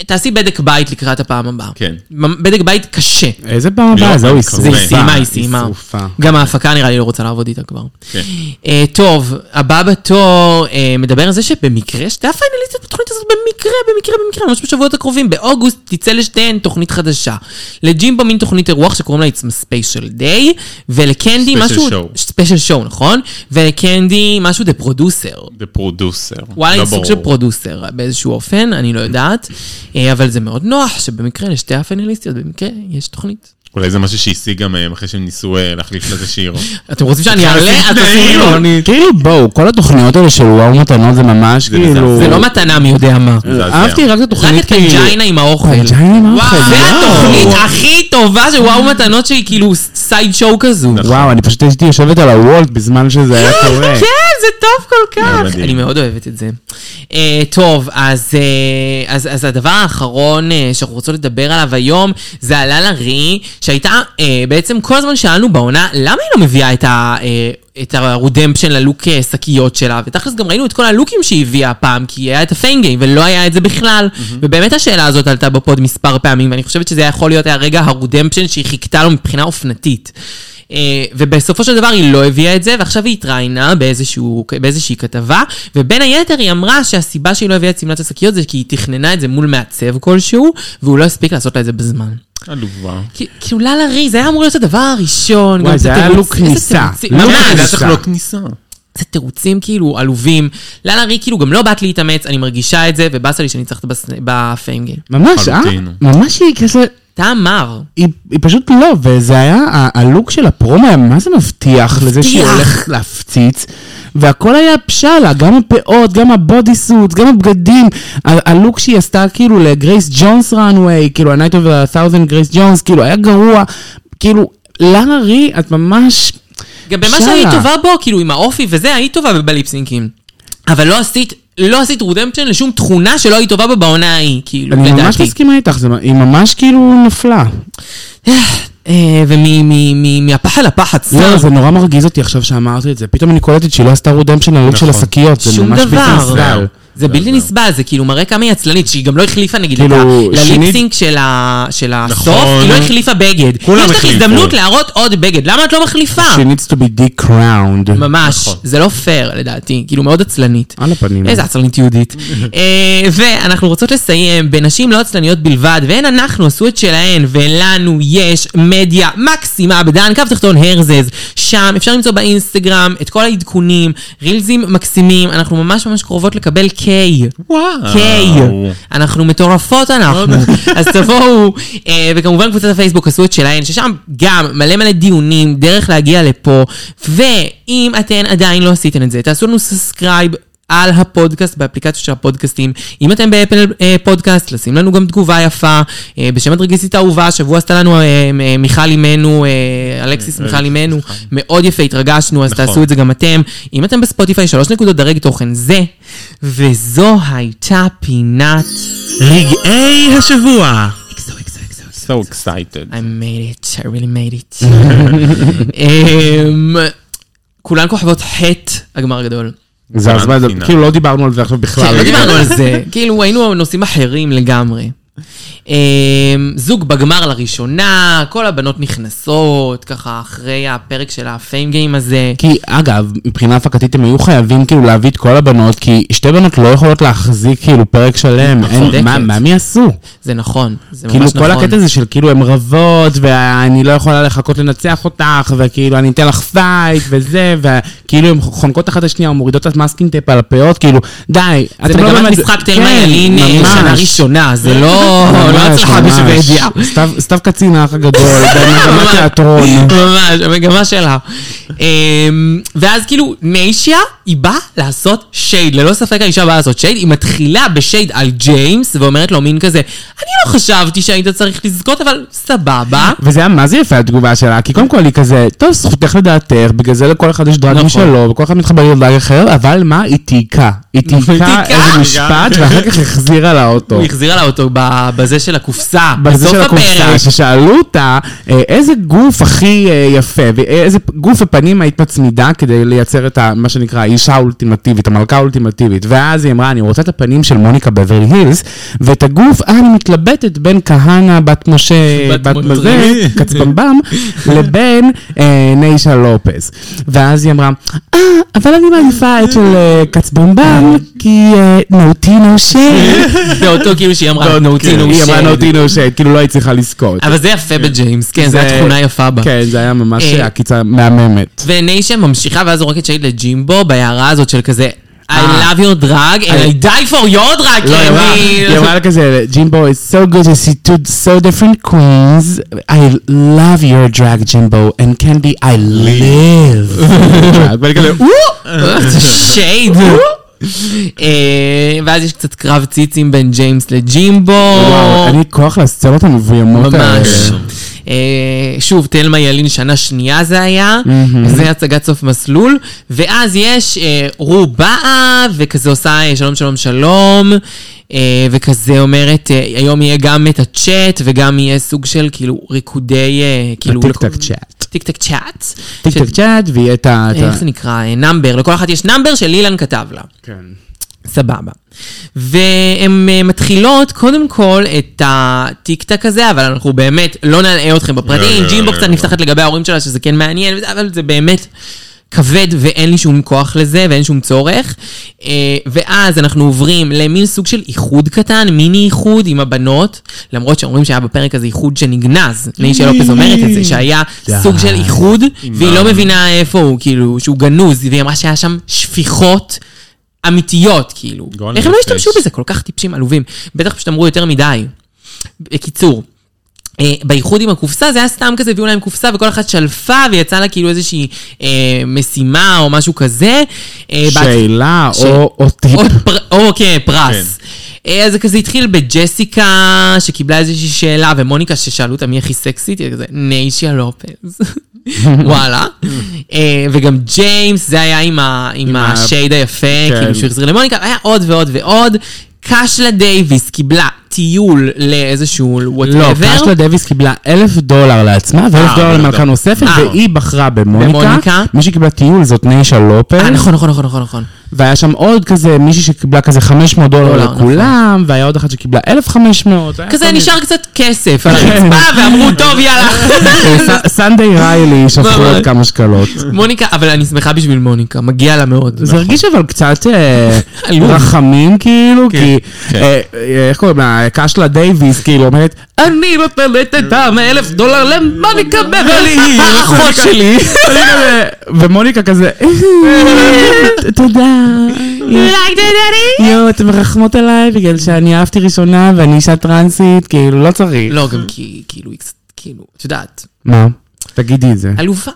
B: תעשי בדק בית לקראת הפעם הבאה.
D: כן.
B: ממ- בדק בית קשה.
C: איזה פעם הבאה,
D: לא,
C: זהו, היא
D: זה
C: שרופה.
B: היא סיימה, היא סיימה.
C: שרופה.
B: גם ההפקה נראה לי לא רוצה לעבוד איתה כבר.
D: כן.
B: אה, טוב, הבא בתור אה, מדבר על זה שבמקרה, שתי הפיינליסטיות בתוכנית הזאת במקרה, במקרה, במקרה, ממש בשבועות הקרובים, באוגוסט תצא לשתיהן תוכנית חדשה. לג'ימבו מין תוכנית אירוח שקוראים לה It's my special day, ולקנדי
D: Special
B: משהו...
D: show.
B: ספיישל שואו, נכון? ולקנדי משהו דה פרודוסר.
D: זה פרודוסר.
B: וואלה,
D: לא
B: היא סוג של
D: ברור.
B: פרודוסר באיזשהו אופן, אני לא יודעת, אה, אבל זה מאוד נוח שבמקרה לשתי הפיינליסטיות, במקרה יש תוכנית.
D: אולי זה משהו שהשיג גם מהם אחרי שהם ניסו אה, להחליף לזה
B: [laughs]
D: שיר.
B: אתם רוצים שאני אעלה? אז תשימו לו, אני-
C: כאילו בואו, כל התוכניות האלה של וואו מתנות זה ממש
D: זה מזעזע.
C: כאילו...
B: זה לא מתנה מי יודע מה.
D: מזעזע.
C: אהבתי רק את
B: רק
C: התוכנית
B: את פנג'יינה עם האוכל.
C: פנג'יינה עם האוכל,
B: וואו, זה
C: וואו.
B: התוכנית הכי טובה של וואו מתנות שהיא כאילו סייד שואו כזו.
C: וואו, אני פשוט הייתי יושבת על הוולט בזמן שזה היה קורה.
B: כן, זה טוב כל
D: זה
B: כך.
D: מדהים.
B: אני מאוד אוהבת את זה. אה, טוב, אז, אה, אז, אז הדבר האחרון אה, שאנחנו רוצות לדבר עליו היום, זה עלה לרי, שהייתה, אה, בעצם כל הזמן שאלנו בעונה, למה היא לא מביאה את ה... אה, את הרודמפשן ללוק אה, שקיות שלה, ותכלס גם ראינו את כל הלוקים שהיא הביאה הפעם, כי היה את הפיינגיים ולא היה את זה בכלל. ובאמת השאלה הזאת עלתה בפוד מספר פעמים, ואני חושבת שזה יכול להיות הרגע הרודמפשן שהיא חיכתה לו מבחינה אופנתית. אה, ובסופו של דבר היא לא הביאה את זה, ועכשיו היא התראיינה באיזשהו, באיזושהי כתבה, ובין היתר היא אמרה שהסיבה שהיא לא הביאה את שמלת השקיות זה כי היא תכננה את זה מול מעצב כלשהו, והוא לא הספיק לעשות לה את זה בזמן.
D: עלובה.
B: כי- כאילו, לאללה רי, זה היה אמור להיות הדבר הראשון.
C: וואי,
B: גם
C: זה
B: את
C: היה לו
B: התירוץ- איזה
C: כניסה.
B: תירוצים.
C: למה
B: ממש.
D: זה היה
C: כניסה?
D: צריך לא כניסה.
B: זה תירוצים כאילו עלובים. לאללה רי, כאילו, גם לא באת להתאמץ, אני מרגישה את זה, ובאסה לי שניצחת בס- בפיים גיים.
C: ממש, אה?
D: חלוטין.
C: ממש היא כזה...
B: טעם מר.
C: היא, היא פשוט לא, וזה היה, ה- הלוק של הפרומו היה מה זה מבטיח לזה שהיא הולכת להפציץ, והכל היה פשלה, גם הפאות, גם הבודי סוט, גם הבגדים, ה- הלוק שהיא עשתה כאילו לגרייס ג'ונס ראנוויי, כאילו ה-Night of the Thousand גרייס ג'ונס, כאילו היה גרוע, כאילו, לארה רי, את ממש...
B: גם במה
C: פשלה.
B: שהיית טובה בו, כאילו עם האופי וזה, היית טובה בליפסינקים. אבל לא עשית, לא עשית רודמפשן לשום תכונה שלא היית טובה בה בעונה ההיא, כאילו,
C: אני ממש
B: לדעתי.
C: מסכימה איתך, זה, היא ממש כאילו נפלה.
B: אה, ומהפחד לפחד,
C: לא,
B: סתם.
C: זה נורא מרגיז אותי עכשיו שאמרתי את זה, פתאום אני קולטת שהיא לא עשתה רודמפשן על הלוק של
D: נכון.
C: השקיות, זה
B: שום
C: ממש בלתי
B: דבר.
C: נסבל.
B: זה בלתי
D: לא.
B: נסבל, זה כאילו מראה כמה היא עצלנית, שהיא גם לא החליפה נגיד
C: כאילו,
B: ל-
C: שנית-
B: לליפסינק של ה- של הסוף,
D: נכון.
B: היא לא החליפה בגד.
D: כולם
B: יש לך
D: החליפו.
B: הזדמנות להראות עוד בגד, למה את לא מחליפה?
C: She needs to be decrowned.
B: ממש,
D: נכון.
B: זה לא פייר לדעתי, כאילו מאוד עצלנית.
C: על הפנים.
B: איזה עצלנית יהודית. [laughs] אה, ואנחנו רוצות לסיים בנשים לא עצלניות בלבד, והן אנחנו עשו את שלהן, ולנו יש מדיה מקסימה בדן קו תחתון הרזז. שם אפשר למצוא באינסטגרם את כל העדכונים, רילזים מקסימים, אנחנו ממש ממש קרובות לקבל קיי.
D: וואו.
B: קיי. כן. אנחנו מטורפות [laughs] אנחנו. אז תבואו, אה, וכמובן קבוצת הפייסבוק עשו את שלהן, ששם גם מלא מלא דיונים, דרך להגיע לפה, ואם אתן עדיין לא עשיתן את זה, תעשו לנו סאסקרייב. על הפודקאסט, באפליקציה של הפודקאסטים. אם אתם באפל אה, פודקאסט, לשים לנו גם תגובה יפה. אה, בשם הדרגיסטית האהובה, השבוע עשתה לנו אה, אה, מיכל אימנו, אה, אלכסיס מיכל אימנו, מאוד יפה, התרגשנו, אז
D: נכון.
B: תעשו את זה גם אתם. אם אתם בספוטיפיי, שלוש נקודות דרג תוכן זה. וזו הייתה פינת...
E: רגעי השבוע.
D: So excited.
B: I made it, I really made it.
C: [laughs]
B: אמ, כולן כוכבות חטא, הגמר הגדול.
C: זה הזמן, זה-
D: פינה.
C: כאילו לא דיברנו על זה עכשיו
B: כן,
C: בכלל.
B: לא דיברנו על זה. כאילו, היינו נושאים אחרים לגמרי. אמ, זוג בגמר לראשונה, כל הבנות נכנסות, ככה אחרי הפרק של הפיים גיים הזה.
C: כי אגב, מבחינה הפקתית הם היו חייבים כאילו להביא את כל הבנות, כי שתי בנות לא יכולות להחזיק כאילו פרק שלם. אין-
B: צודקת.
C: מה- מה הם יעשו?
B: זה נכון, זה ממש
C: כאילו
B: נכון.
C: כל הקטע הזה של כאילו הן רבות, ואני לא יכולה לחכות לנצח אותך, וכאילו אני אתן לך פייט וזה, וכאילו הן חונקות אחת את השנייה, ומורידות את המאסקינג על הפאות, כאילו, די.
B: זה
C: אתם לא
B: מגמת
C: באמת-
B: משחק תלמה
C: כן,
B: ילין אה,
C: ממש.
B: שנה ראשונה, זה
C: [laughs]
B: לא לא
C: ממש,
B: הצלחה
C: ממש.
B: בשווה ידיעה.
C: סתיו- סתיו קצין
B: [laughs]
C: האח הגדול, במגמת תיאטרון.
B: ממש, המגמה שלה. אמ, ואז כאילו, ניישיה, היא באה לעשות שייד. ללא ספק האישה באה לעשות שייד. היא מתחילה בשייד על ג'יימס, ואומרת לו מין כזה, אני לא חשבתי שהיית צריך לזכות, אבל סבבה.
C: וזה היה מה זה יפה התגובה שלה, כי קודם כל היא כזה, טוב, זכותך לדעתך, בגלל זה לכל אחד יש דרגים
B: נכון.
C: שלו, וכל אחד מתחבר לדרג אחר, אבל מה, היא
B: [laughs]
C: תהיקה. היא תהיקה
B: תהיקה?
C: איזה משפט,
B: [laughs]
C: ואחר כך החזירה לה אותו.
B: היא החזירה לה אותו ב- בזה של הקופסה,
C: לא. בזה
B: בסוף
C: של הקופסה,
B: הפרק.
C: ששאלו אותה, אה, איזה גוף הכי אה, יפה, ואיזה פ- גוף ופנים היית מצמידה כדי לייצר את ה- מה שנקרא האישה האולטימטיבית, המלכה האולטימטיבית. ואז היא אמרה, אני רוצה את הפנים של מוניקה בברלי הילס, ואת הגוף, אה, אני מתלבטת בין כהנא, בת משה,
B: בת
C: בת
B: משה.
C: מזה,
B: [laughs]
C: קצבמבם, לבין אה, ניישה לופז. ואז היא אמרה, אה, אבל אני מעדיפה את של אה, קצבמבם, כי אה,
B: [laughs]
C: נאוטינו שייד.
B: זה אותו כאילו שהיא אמרה, נאוטינו
C: אה, כן, היא אמרה
B: שייד.
C: נאוטינו שייד, כאילו לא היית צריכה לזכות.
B: אבל זה יפה בג'יימס, כן, זו התכונה היפה בה.
C: כן, זה היה ממש
B: אה,
C: עקיצה מהממת.
B: וניישן ממשיכה ואז זורקת שייד לג'ימבו בהערה הזאת של כזה I
C: אה.
B: love your drug and
C: אה.
B: I die for your drug,
C: לא, היא אמרה-
B: קווין."
C: היא אמרה לה כזה, ג'ימבו, it's so good to see two so different queens. I love your drag, ג'ימבו, and can be I
B: [laughs]
C: live.
B: לא-
C: ואני כזה, [laughs] "או,
B: זה [laughs] שייד.
C: [laughs]
B: אה, ואז יש קצת קרב ציצים בין ג'יימס לג'ימבו.
C: וואו, אין לי כוח לסצנות המבוימות האלה.
B: ממש. אה, שוב, תלמה ילין שנה שנייה זה היה, זה הצגת סוף מסלול, ואז יש אה, רו באה, וכזה עושה אה, שלום שלום שלום, אה, וכזה אומרת, אה, היום יהיה גם את הצ'אט, וגם יהיה סוג של כאילו ריקודי, אה, כאילו...
C: הטיק טק צ'אט.
B: טיק טק צ'אט.
C: טיק טק צ'אט, ויהיה את ה... את ה-
B: איך זה נקרא? אה, נאמבר, לכל אחת יש נאמבר שאילן כתב לה.
C: כן.
B: סבבה. והן אה, מתחילות קודם כל את הטיקטק הזה, אבל אנחנו באמת לא נלאה אתכם בפרטים.
D: לא, לא,
B: ג'ימבו
D: לא,
B: קצת
D: לא.
B: נפתחת לגבי ההורים שלה, שזה כן מעניין, וזה, אבל זה באמת כבד ואין לי שום כוח לזה ואין שום צורך. אה, ואז אנחנו עוברים למין סוג של איחוד קטן, מיני איחוד עם הבנות, למרות שאומרים שהיה בפרק הזה איחוד שנגנז, נישה לופס אומרת את זה, שהיה סוג של איחוד, והיא לא מבינה איפה הוא, כאילו, שהוא גנוז, והיא אמרה שהיה שם שפיכות. אמיתיות, כאילו.
D: גועל
B: איך הם לא
D: נפש.
B: השתמשו בזה? כל כך טיפשים, עלובים. בטח פשוט אמרו יותר מדי. בקיצור, אה, בייחוד עם הקופסה, זה היה סתם כזה, הביאו להם קופסה וכל אחת שלפה ויצא לה כאילו איזושהי אה, משימה או משהו כזה. אה,
C: שאלה
B: ש-
C: או או טיפ.
B: או, פר... או כן, פרס.
C: כן.
B: אה, אז זה כזה התחיל בג'סיקה, שקיבלה איזושהי שאלה, ומוניקה, ששאלו אותה מי הכי סקסית, היא כזה, ניישיה
C: [laughs]
B: לופז. וואלה. אה, וגם ג'יימס, זה היה עם, ה... עם,
C: עם ה-
B: השייד היפה,
C: כן.
B: כאילו שהוא החזיר למוניקה, היה עוד ועוד ועוד. קשלה דייוויס קיבלה טיול לאיזשהו וואטאבר.
C: לא, קשלה דוויס קיבלה אלף דולר לעצמה ואלף
D: אה,
C: דולר
D: אלף
C: למלכה
D: דולר.
C: נוספת,
B: אה.
C: והיא בחרה במוניקה.
B: במוניקה.
C: מי שקיבלה טיול זאת ניישה לופז.
B: אה, נכון, נכון, נכון, נכון, נכון.
C: והיה שם עוד כזה מישהי שקיבלה כזה 500 דולר
B: דולר, נכון.
C: לכולם, והיה עוד אחת שקיבלה 1,500. היה
B: כזה
C: כל מיני-
B: נשאר קצת כסף
C: כן.
B: על הרצפה,
C: [laughs]
B: ואמרו, טוב, יאללה. [laughs]
C: ס- סנדיי אה, ריילי שפכו
B: ממש.
C: עוד
B: [laughs]
C: כמה שקלות.
B: מוניקה, אבל אני שמחה בשביל מוניקה, מגיע לה מאוד.
C: זה הרגיש אבל קצת אה,
B: נכון. עלוב.
C: רחמים כאילו, כי
D: כן.
C: אה, אה, איך קוראים לה? קשלה דייוויס כאילו אומרת, אני נותנת את האלף דולר למוניקה בברלי
B: [laughs]
C: [laughs] היל,
B: האחות שלי.
C: אני כזה- ומוניקה כזה, "אה, תודה.
B: like the daddy?
C: יואו, אתם מרחמות עליי בגלל שאני אהבתי ראשונה ואני אישה טרנסית, כאילו, לא צריך.
B: לא, גם כי, כאילו, היא קצת, כאילו, את יודעת,
C: מה? תגידי את זה.
B: [laughs] עלובה.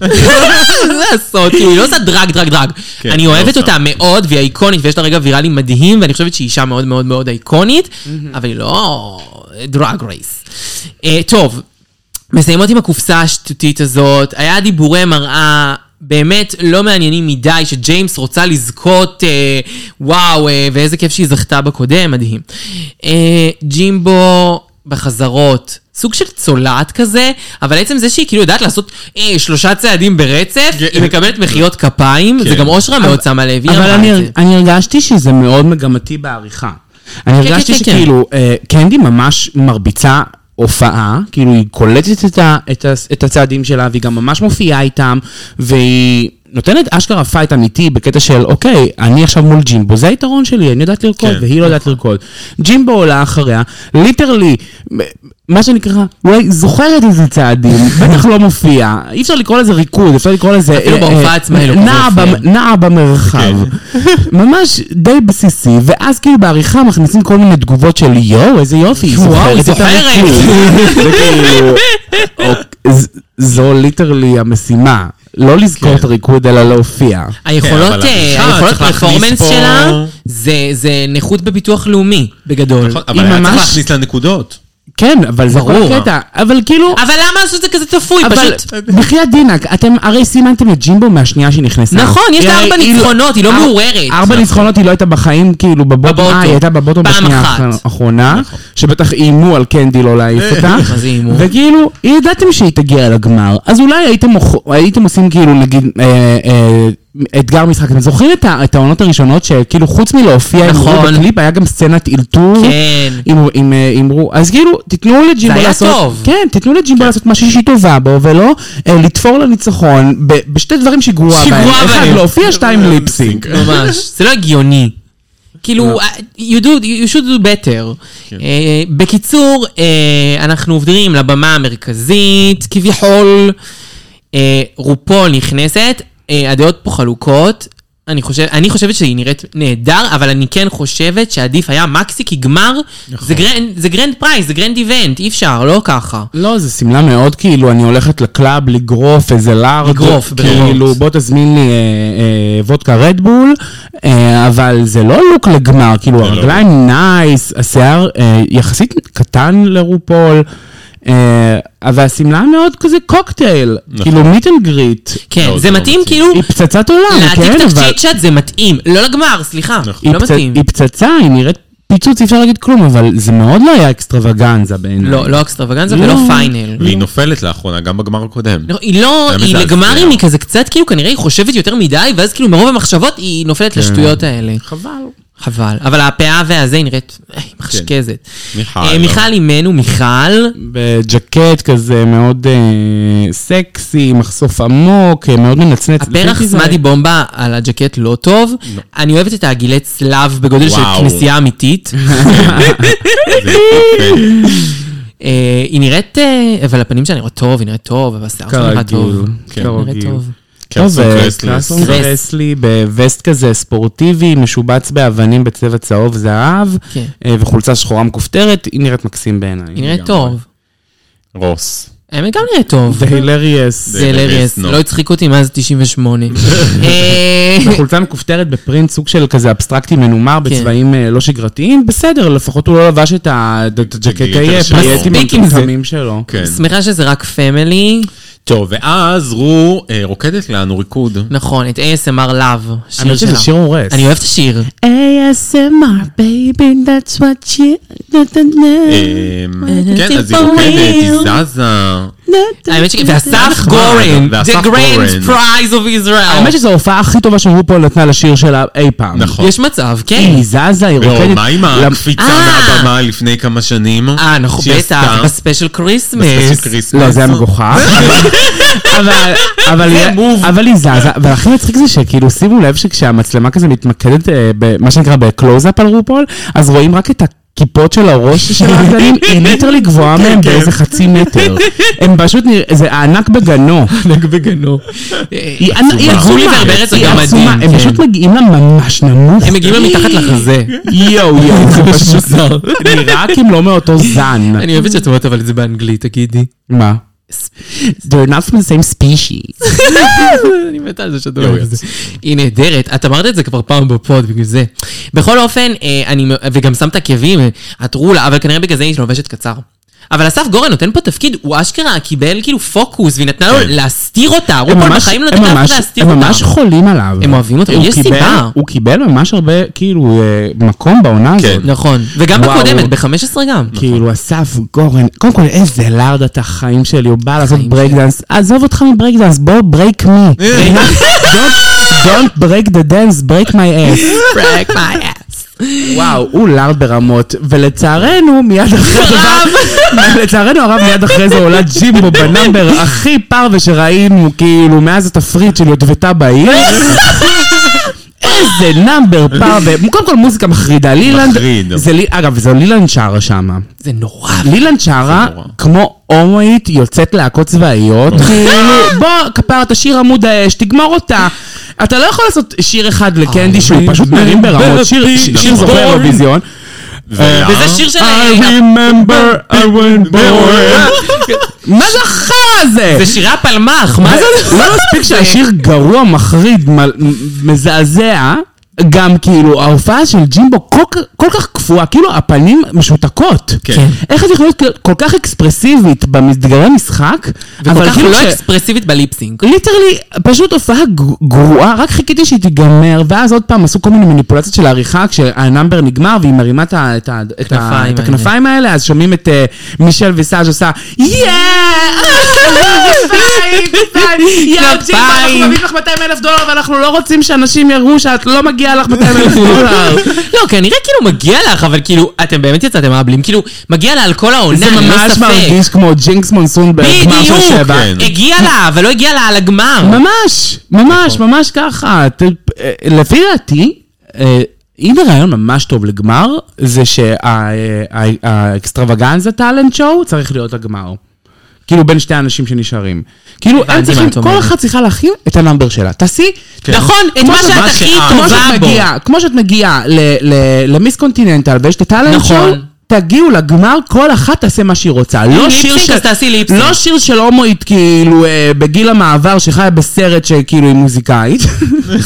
B: מה לעשות, כאילו, היא לא עושה דרג, דרג, דרג.
D: כן,
B: אני
D: היא לא
B: אוהבת
D: עושה.
B: אותה מאוד, והיא איקונית, ויש לה רגע ויראלי מדהים, ואני חושבת שהיא אישה מאוד מאוד מאוד איקונית, אבל היא לא דרג רייס. אה, טוב, מסיימות עם הקופסה השטותית הזאת, היה דיבורי מראה. באמת לא מעניינים מדי שג'יימס רוצה לזכות, אה, וואו, אה, ואיזה כיף שהיא זכתה בקודם, מדהים. אה, ג'ימבו בחזרות, סוג של צולעת כזה, אבל עצם זה שהיא כאילו יודעת לעשות אה, שלושה צעדים ברצף,
D: כן.
B: היא מקבלת מחיאות כפיים, זה
D: כן.
B: גם אושרה מאוד שמה לב, היא
C: אבל אני,
B: לא, אמרה את זה.
C: אני הרגשתי שזה מאוד מגמתי בעריכה. אני
B: כן,
C: הרגשתי
B: כן, כן.
C: שכאילו, אה, קנדי ממש מרביצה הופעה, כאילו היא קולטת את, ה, את, ה, את הצעדים שלה, והיא גם ממש מופיעה איתם, והיא נותנת אשכרה פייט אמיתי בקטע של, אוקיי, אני עכשיו מול ג'ימבו, זה היתרון שלי, אני יודעת לרקוד,
D: כן,
C: והיא לא יודעת לרקוד. ג'ימבו עולה אחריה, ליטרלי, מה שנקרא, אולי זוכרת איזה צעדים, בטח לא מופיע, אי אפשר לקרוא לזה ריקוד, אפשר לקרוא לזה...
B: אפילו
C: אה, אה,
B: בהופעה עצמה היא לא כל כך
C: נעה במ-
B: מופיעה.
C: נעה במרחב. [laughs] ממש די בסיסי, ואז כאילו בעריכה מכניסים כל מיני תגובות של יואו, איזה יופי, היא
B: וואו, היא זוכרת."
C: זוכרת את [laughs] הריקוד. וכאילו, אוק- ז- זו ליטרלי המשימה, לא לזכור את הריקוד אלא להופיע.
B: היכולות,
D: אבל
B: אה,
D: הבדיחה,
B: היכולות
D: צריך להכניס
B: פרפורמנס
D: פה-
B: שלה, זה זה נכות בביטוח לאומי, בגדול.
D: נכון, אבל היה
C: ממש-
D: צריך להכניס לה נקודות.
C: כן, אבל זה כל
B: ברור.
C: הקטע, אבל כאילו...
B: אבל למה לעשות את זה כזה תפוי?
C: אבל
B: פשוט...
C: בחייאת דינק, אתם הרי סימנתם את ג'ימבו מהשנייה שהיא נכנסה.
B: נכון, יש לה
C: היא-
B: ארבע
C: היא לא-
B: ניצחונות, היא לא
C: אר-
B: מעוררת.
C: ארבע ניצחונות היא לא הייתה בחיים, כאילו, בבוטום.
B: בבוטום.
C: אה, היא הייתה בבוטום
B: פעם
C: בשנייה
B: אחת. נכון.
C: האח- האחרונה, שבטח איימו על קנדי לא להעיף אותה.
B: מה זה איימו?
C: וכאילו, ידעתם שהיא תגיע לגמר, אז אולי הייתם מוכ- הייתם עושים כאילו, נגיד, אה, אה, אתגר משחק. אתם זוכרים את ה- את העונות הראשונות, שכאילו, חוץ מלהופיע, הם
B: נכון.
C: ראו בקליפ, היה גם סצנת אלתור.
B: כן.
C: אם- אם אה, אמרו, אז כאילו, תיתנו לג'ימבו
B: היה
C: לעשות...
B: טוב.
C: כן, תיתנו לג'ימבו לעשות משהו שהיא טובה בו, ולא אה, לתפור לניצחון ב- בשתי דברים שהיא גרועה
B: שהיא
C: בהם.
B: גרועה
C: אחד,
B: בהם.
C: להופיע, שתיים, ליפסינק.
B: ממש, זה לא הגיוני.
D: לא.
B: כאילו, you, do, you should do better.
D: כן.
B: אה, בקיצור, אה, אנחנו עוברים לבמה המרכזית, כביכול. אה, רופול נכנסת, אה, הדעות פה חלוקות. אני, חושב, אני חושבת שהיא נראית נהדר, אבל אני כן חושבת שעדיף היה מקסי, כי גמר
D: נכון.
B: זה גרנד, זה גרנד פרייס, זה גרנד איבנט, אי אפשר, לא ככה.
C: לא, זו שמלה מאוד כאילו, אני הולכת לקלאב לגרוף איזה לארד.
B: לגרוף,
C: כאילו,
B: בגרוף.
C: בוא תזמין לי אה, אה, וודקה רדבול, אה, אבל זה לא לוק לגמר, כאילו, הרגליים נייס, השיער אה, יחסית קטן לרופול. אה, אבל השמלה מאוד כזה קוקטייל, כאילו מיט אנד גריט.
B: כן,
D: לא,
B: זה
D: זה לא
B: מתאים
D: מתאים.
B: כאילו,
C: היא פצצת עולם, כן,
B: להעתיק את
C: אבל...
B: הצ'יט זה מתאים, לא לגמר, סליחה,
D: נכון.
C: היא
B: לא
C: פצ-
B: מתאים.
C: היא פצצה, היא נראית פיצוץ, אי אפשר להגיד כלום, אבל זה מאוד לא היה אקסטרווגנזה בעיניי.
D: Mm.
B: לא, לא אקסטרווגנזה
C: לא.
B: ולא פיינל.
D: והיא נופלת לאחרונה, גם בגמר הקודם.
B: לא, היא לא,
D: זה
B: היא
D: מזעזע.
B: לגמרים, היא
D: כן.
B: כזה קצת כאילו, כנראה היא חושבת יותר מדי, ואז כאילו מרוב המחשבות היא נופלת לשטויות האלה.
C: חבל.
B: חבל. אבל הפאה והזה היא נראית אה, מחשקזת.
D: כן. מיכל,
B: אה,
D: לא.
B: מיכל אימנו, מיכל.
C: בג'קט כזה מאוד אה, סקסי, מחשוף עמוק, אה, מאוד מנצנץ.
B: הפרח
C: לכן תיזהר.
B: סמדי בומבה על הג'קט לא טוב. אני אוהבת את העגילי צלב בגודל של
D: וואו.
B: כנסייה אמיתית.
D: [laughs] זה יפה.
B: אה, היא נראית, אה, אבל הפנים שלה נראות טוב, היא נראית טוב, והשיער שלה נראה טוב.
C: כרגיל,
D: כן,
B: נראית
C: כרגיל.
B: טוב.
D: קרסון
C: טוב,
D: קרסלס.
C: קרסון
B: קרס.
C: קרסלי בווסט כזה ספורטיבי, משובץ באבנים בצבע צהוב זהב,
B: כן.
C: אה, וחולצה שחורה מכופתרת, היא נראית מקסים בעיניי.
B: היא נראית
D: לגמרי.
B: טוב.
D: רוס.
B: האמת גם נראית טוב.
C: זה הילריאס.
D: זה
B: זה לרס,
D: נו.
B: לא הצחיק אותי מאז
D: [laughs]
B: 98. אה,
C: החולצה מכופתרת בפרינט סוג של כזה אבסטרקטי מנומר
B: כן.
C: בצבעים אה, לא שגרתיים, בסדר, לפחות הוא לא לבש את ה- את הג'קט
D: הגליטר
C: האי,
D: שלו.
C: פרייטים
B: מספיק עם זה.
C: המטומטמים שלו.
D: כן.
B: שמחה שזה רק פמילי.
D: טוב, ואז רו אה, רוקדת לנו ריקוד.
B: נכון, את ASMR Love,
C: אני
B: שיר
C: חושב
B: שלה.
C: שזה שיר כן, הורס.
B: כן, אני אוהב את השיר.
F: ASMR, baby, that's what you.
D: אה, כן, אז היא
B: אה,
D: רוקדת, היא זזה.
B: האמת ש... ואסף
D: נחמד,
B: גורן,
D: ואסף
B: the
D: גורן.
B: grand prize of
C: נכון. האמת
B: Israel.
C: שזו ההופעה הכי טובה שרופול נתנה לשיר שלה אי פעם.
D: נכון.
B: יש מצב, כן.
C: היא זזה, היא
D: לא,
C: רוקדת.
D: מה עם הקפיצה
B: אה.
D: מהבמה לפני כמה שנים?
B: אה, נכון,
D: שהיא
B: בטח,
D: עשתה
B: בספיישל
D: בספיישל
B: כריסמס. [laughs]
D: כריסמס?
C: לא, זה היה מגוחך. אבל- אבל היא- אבל היא זזה, והכי מצחיק זה שכאילו שימו לב שכשהמצלמה כזה מתמקדת אה, במה שנקרא בקלוזאפ על רופול, אז רואים רק את הכיפות של הראש [laughs] של העגלים, היא ליטרלי גבוהה
B: כן,
C: מהם באיזה חצי מטר. הם פשוט נראה, זה הענק בגנו. הענק בגנו. היא ענ- היא
B: אה, עצומה.
C: עצומה,
B: ורברץ
C: היא
B: גם
C: עצומה,
B: מדהים, כן.
C: הם פשוט מגיעים לה ממש נמוך.
B: הם מגיעים לה מתחת לחזה.
C: יואו יואו, [laughs] זה פשוט נראה כי הם לא מאותו זן.
B: אני אוהבת שאת אומרת אבל את זה באנגלית, תגידי.
C: מה? They're not from the same species.
B: אני מתה על זה שאת
D: יואו,
B: אומרת את זה. היא נהדרת, את אמרת את זה כבר פעם בפוד, בגלל זה. בכל אופן, אה, אני, מ- וגם שמת עקבים, אה, את רולה, אבל כנראה בגלל זה היא לובשת קצר. אבל אסף גורן נותן פה תפקיד, הוא אשכרה קיבל כאילו פוקוס, והיא נתנה לו
D: כן.
B: להסתיר אותה,
C: הם
B: רופול
C: ממש-
B: בחיים לא
C: הם
B: נתן לאף
C: ממש-
B: אחד להסתיר
C: הם
B: אותה.
C: ממש חולים עליו.
B: הם אוהבים אותו,
C: הוא
B: יש
C: קיבל-
B: סיבה.
C: הוא קיבל ממש הרבה, כאילו, אה, מקום בעונה
D: כן.
C: הזאת.
B: נכון, וגם
C: וואו.
B: בקודמת, ב-15 גם.
C: כאילו, אסף גורן, קודם כל, איזה לארד אתה, חיים שלי, הוא בא לעשות ברייקדאנס, עזוב אותך מברייקדאנס, בוא ברייק מי. [laughs] Don't break the dance, break my ass.
B: Break my ass.
C: וואו, הוא לארד ברמות, ולצערנו, מיד אחרי זה... לצערנו הרב, מיד אחרי זה עולה ג'ימבו בנאמבר הכי פרווה שראינו, כאילו, מאז התפריט של יוטבתה בעיר. איזה נאמבר פרווה. קודם כל, מוזיקה מחרידה. לילנד...
D: מחריד.
C: זה לי- אגב, זו לילנד שרה שמה.
B: זה נורא.
C: לילנד שרה,
D: נורא.
C: כמו הומואית, יוצאת להקות צבאיות, כאילו, בוא, כפרה, תשאיר עמוד האש, תגמור אותה. אתה לא יכול לעשות שיר אחד לקנדי שהוא פשוט מרים ברמות, שיר- ש- שיר
D: נכון.
C: זוכה אירוויזיון.
D: ולה?
B: אה,
C: אה?
B: וזה שיר של...
C: I remember I went born. מה זה החרא הזה?
B: זה שירי הפלמ"ח, מה זה?
C: לא מספיק שהשיר גרוע, מחריד, מ- מ- מזעזע, גם כאילו ההופעה של ג'ימבו כל כך- כל כך קפואה, כאילו הפנים משותקות.
D: כן.
C: איך את יכולה להיות כל כך אקספרסיבית במסגרי משחק,
B: וכל
C: אבל
B: כך
C: כאילו
B: לא
C: ש...
B: אקספרסיבית בליפסינק.
C: ליטרלי, פשוט הופעה ג- גרועה, רק חיכיתי שהיא תיגמר, ואז עוד פעם עשו כל מיני מניפולציות של העריכה, כשהנאמבר נגמר והיא מרימה את, ה, את, ה, את, ה,
B: כנפיים
C: את הכנפיים האלה, אז שומעים את אה, מישל ויסאז' עושה, יאה! כנפיים, כנפיים, יאו, ג'ימבה, אנחנו
B: כנפיים."
C: מביאים לך 200 אלף דולר, ואנחנו לא רוצים שאנשים יראו שאת לא מגיעה לך 200 אלף דולר.
B: לא, כנראה כאילו מגיע לך, אבל כאילו, אתם באמת יצאתם מאבלים, כאילו, מגיע לה על כל העונה,
C: זה
B: ללא
C: ממש
B: לא ספק.
C: מרגיש כמו ג'ינקס מונסון בגמר של
B: בדיוק,
C: שבע.
D: כן.
B: הגיע לה, אבל לא הגיע לה על הגמר.
C: ממש, ממש,
B: נכון.
C: ממש ככה. ת- אה, לפי דעתי, אה, הנה רעיון ממש טוב לגמר, זה אה, שהאקסטרווגנזה טאלנט שואו צריך להיות הגמר. כאילו בין שתי האנשים שנשארים. כאילו, הם
B: מה
C: צריכים,
B: את
C: כל
B: אומרת.
C: אחת צריכה להכין את הנאמבר שלה. תעשי,
B: נכון, את
C: כמו
B: מה שאת הכי
C: כמו
B: טובה
C: שאת
B: בו.
C: מגיעה- כמו שאת מגיעה ל- ל- למיס קונטיננטל ויש את הטאלנט
B: נכון.
C: שואו, תגיעו לגמר, כל אחת תעשה מה שהיא רוצה. לא
B: ליפסינק,
C: שיר של...
B: אז תעשי ליפסינק.
C: לא שיר של הומואית, כאילו, אה, בגיל המעבר, שחיה בסרט שכאילו היא מוזיקאית.